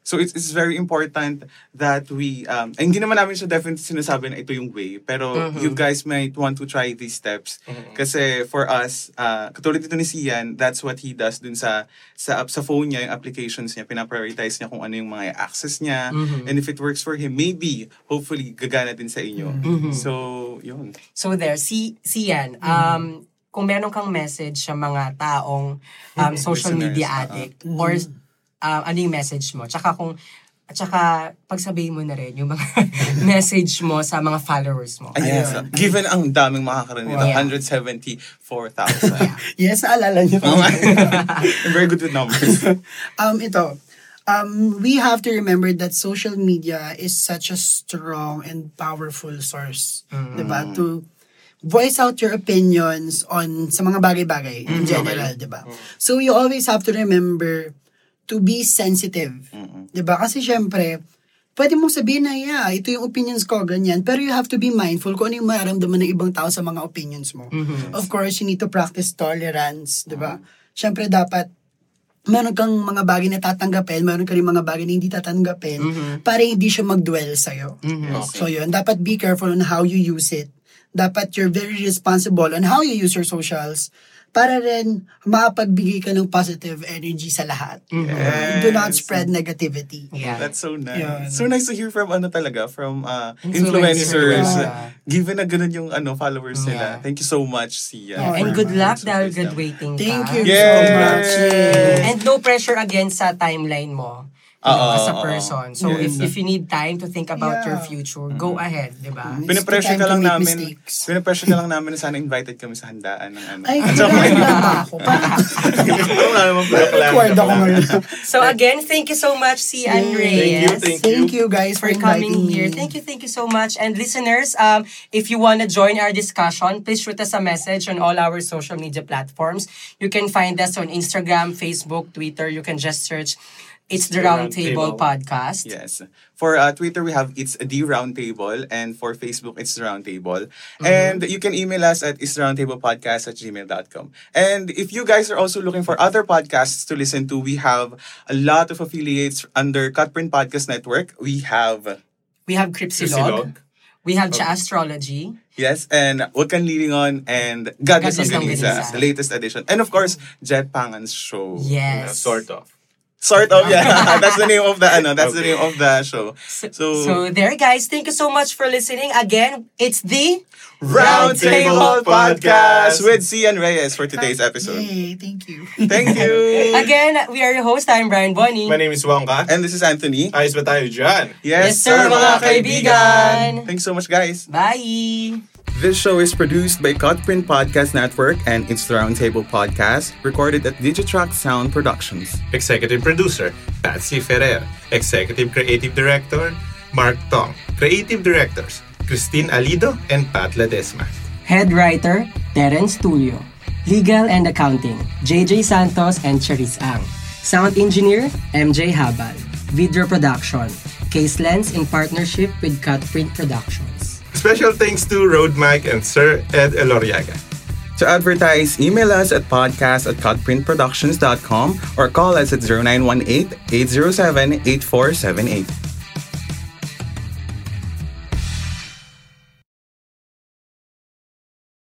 Speaker 4: So it's, it's very important that we um and hindi naman namin siya definitely sinasabi na ito yung way pero you guys might want to try these steps kasi for us uh, katulad dito ni Sian that's what he does dun sa sa sa phone niya yung applications niya pinaprioritize niya kung ano yung mga access niya and if it works for him maybe hopefully gagana din sa inyo so yun
Speaker 1: So there, si, si Yan, um, kung meron kang message sa mga taong um, social
Speaker 4: Listeners,
Speaker 1: media
Speaker 4: oo.
Speaker 1: addict, or um, ano yung message mo? Tsaka kung, at saka pagsabihin mo na rin yung mga <laughs> message mo sa mga followers mo.
Speaker 4: Ayan.
Speaker 5: Ayun.
Speaker 4: Given ang daming makakaroon nila,
Speaker 1: Yeah.
Speaker 4: <laughs> 174,000.
Speaker 5: Yes, naalala niyo.
Speaker 4: Oh my- I'm <laughs> very good with numbers.
Speaker 5: um, ito. Um, we have to remember that social media is such a strong and powerful source. Diba? To voice out your opinions on sa mga bagay-bagay in general, diba? So you always have to remember to be sensitive. Diba? Kasi syempre, pwede mong sabihin na, yeah, ito yung opinions ko, ganyan. Pero you have to be mindful kung ano yung mararamdaman ng ibang tao sa mga opinions mo. Of course, you need to practice tolerance, diba? Syempre, dapat meron kang mga bagay na tatanggapin, meron ka rin mga bagay na hindi tatanggapin, para hindi siya mag-dwell sa'yo. So yun, dapat be careful on how you use it. Dapat you're very responsible on how you use your socials para rin makapagbigay ka ng positive energy sa lahat.
Speaker 4: Mm-hmm.
Speaker 5: Do not
Speaker 4: Yes.
Speaker 5: spread negativity.
Speaker 1: Yeah.
Speaker 4: That's so nice.
Speaker 5: Yun.
Speaker 4: So nice to hear from ano talaga, from uh,
Speaker 1: Influencers.
Speaker 4: influencers.
Speaker 1: Yeah.
Speaker 4: Given na ganun yung ano, followers nila.
Speaker 1: Yeah.
Speaker 4: Thank you so much, Sia.
Speaker 5: Yeah,
Speaker 1: And
Speaker 5: Alright.
Speaker 1: good luck dahil
Speaker 4: graduate.
Speaker 1: graduating ka.
Speaker 5: Thank you
Speaker 4: Yay!
Speaker 5: so much.
Speaker 4: Yes.
Speaker 1: And no pressure again sa timeline mo you
Speaker 4: Oo,
Speaker 1: know, as a
Speaker 4: oo, oo.
Speaker 1: person. So
Speaker 4: Yes.
Speaker 1: if if you need time to think about your
Speaker 5: Yeah.
Speaker 1: future, go ahead, di ba?
Speaker 5: Mhm.
Speaker 4: Pinapressure
Speaker 5: It's
Speaker 4: ka
Speaker 5: the time
Speaker 4: lang
Speaker 5: to make
Speaker 4: namin.
Speaker 5: mistakes.
Speaker 4: Pinapressure ka lang namin na sana invited kami sa handaan ng ano. <laughs>
Speaker 5: Ay,
Speaker 4: At
Speaker 5: kailangan lang
Speaker 4: <laughs>
Speaker 5: ba ako. Parang
Speaker 4: Wala naman pala.
Speaker 5: record ako ngayon.
Speaker 1: So again, thank you so much, si Anne
Speaker 6: Thank you,
Speaker 1: Reyes.
Speaker 6: thank
Speaker 5: Thank you guys for,
Speaker 1: for coming
Speaker 5: inviting
Speaker 1: here.
Speaker 5: me.
Speaker 1: Thank you, thank you so much. And listeners, um, if you want to join our discussion, please shoot us a message on all our social media platforms. You can find us on Instagram, Facebook, Twitter. You can just search It's the Round Table
Speaker 6: Roundtable.
Speaker 1: Podcast.
Speaker 4: Yes. For uh, Twitter, we have It's the Roundtable. And for Facebook, It's the Roundtable.
Speaker 1: Mm-hmm.
Speaker 4: And you can email us at It's Podcast at gmail.com. And if you guys are also looking for other podcasts to listen to, we have a lot of affiliates under Cutprint Podcast Network. We have,
Speaker 1: We have Cripsilog.
Speaker 6: Cripsilog.
Speaker 1: We have Cha Astrology.
Speaker 4: yes, and Wakan Leading On and God Bless
Speaker 1: God Bless
Speaker 4: Ang
Speaker 1: Ganisa.
Speaker 4: Ganisa, the latest edition. And of course, Jet Pangan's show.
Speaker 6: Uh,
Speaker 1: Yes.
Speaker 6: Sort of.
Speaker 4: Sort of,
Speaker 1: <laughs>
Speaker 4: yeah. <laughs> that's the name of the, ano, that's the name of the show. So,
Speaker 1: So there, guys. Thank you so much for listening. Again, it's the
Speaker 4: Roundtable
Speaker 6: Roundtable
Speaker 4: Podcast
Speaker 6: Podcast.
Speaker 4: with Cian Reyes for today's episode.
Speaker 5: Yay, thank you.
Speaker 4: Thank
Speaker 1: <laughs>
Speaker 4: you.
Speaker 1: again. We are your host. I'm Brian Bonnie.
Speaker 6: My name is Wongka.
Speaker 4: And this is Anthony.
Speaker 6: Ayos ba tayo dyan?
Speaker 1: Yes, sir, mga kaibigan.
Speaker 4: Thanks so much, guys.
Speaker 1: Bye.
Speaker 4: This show is produced by Cutprint Podcast Network and It's the Roundtable Podcast, recorded at Digitrack Sound Productions.
Speaker 6: Executive Producer, Patsy Ferrer. Executive Creative Director, Mark Tong. Creative Directors, Christine Alido and Pat Ledesma.
Speaker 1: Head writer, Terence Tulio. Legal and Accounting, JJ Santos and Cherise Ang. Sound engineer, MJ Habal. Video production, Case Lens in partnership with Cutprint Productions.
Speaker 6: Special thanks to Road Mike and Sir Ed Eloriaga.
Speaker 4: To advertise, email us at podcast at cutprintproductions.com or call us at 0918 807 8478.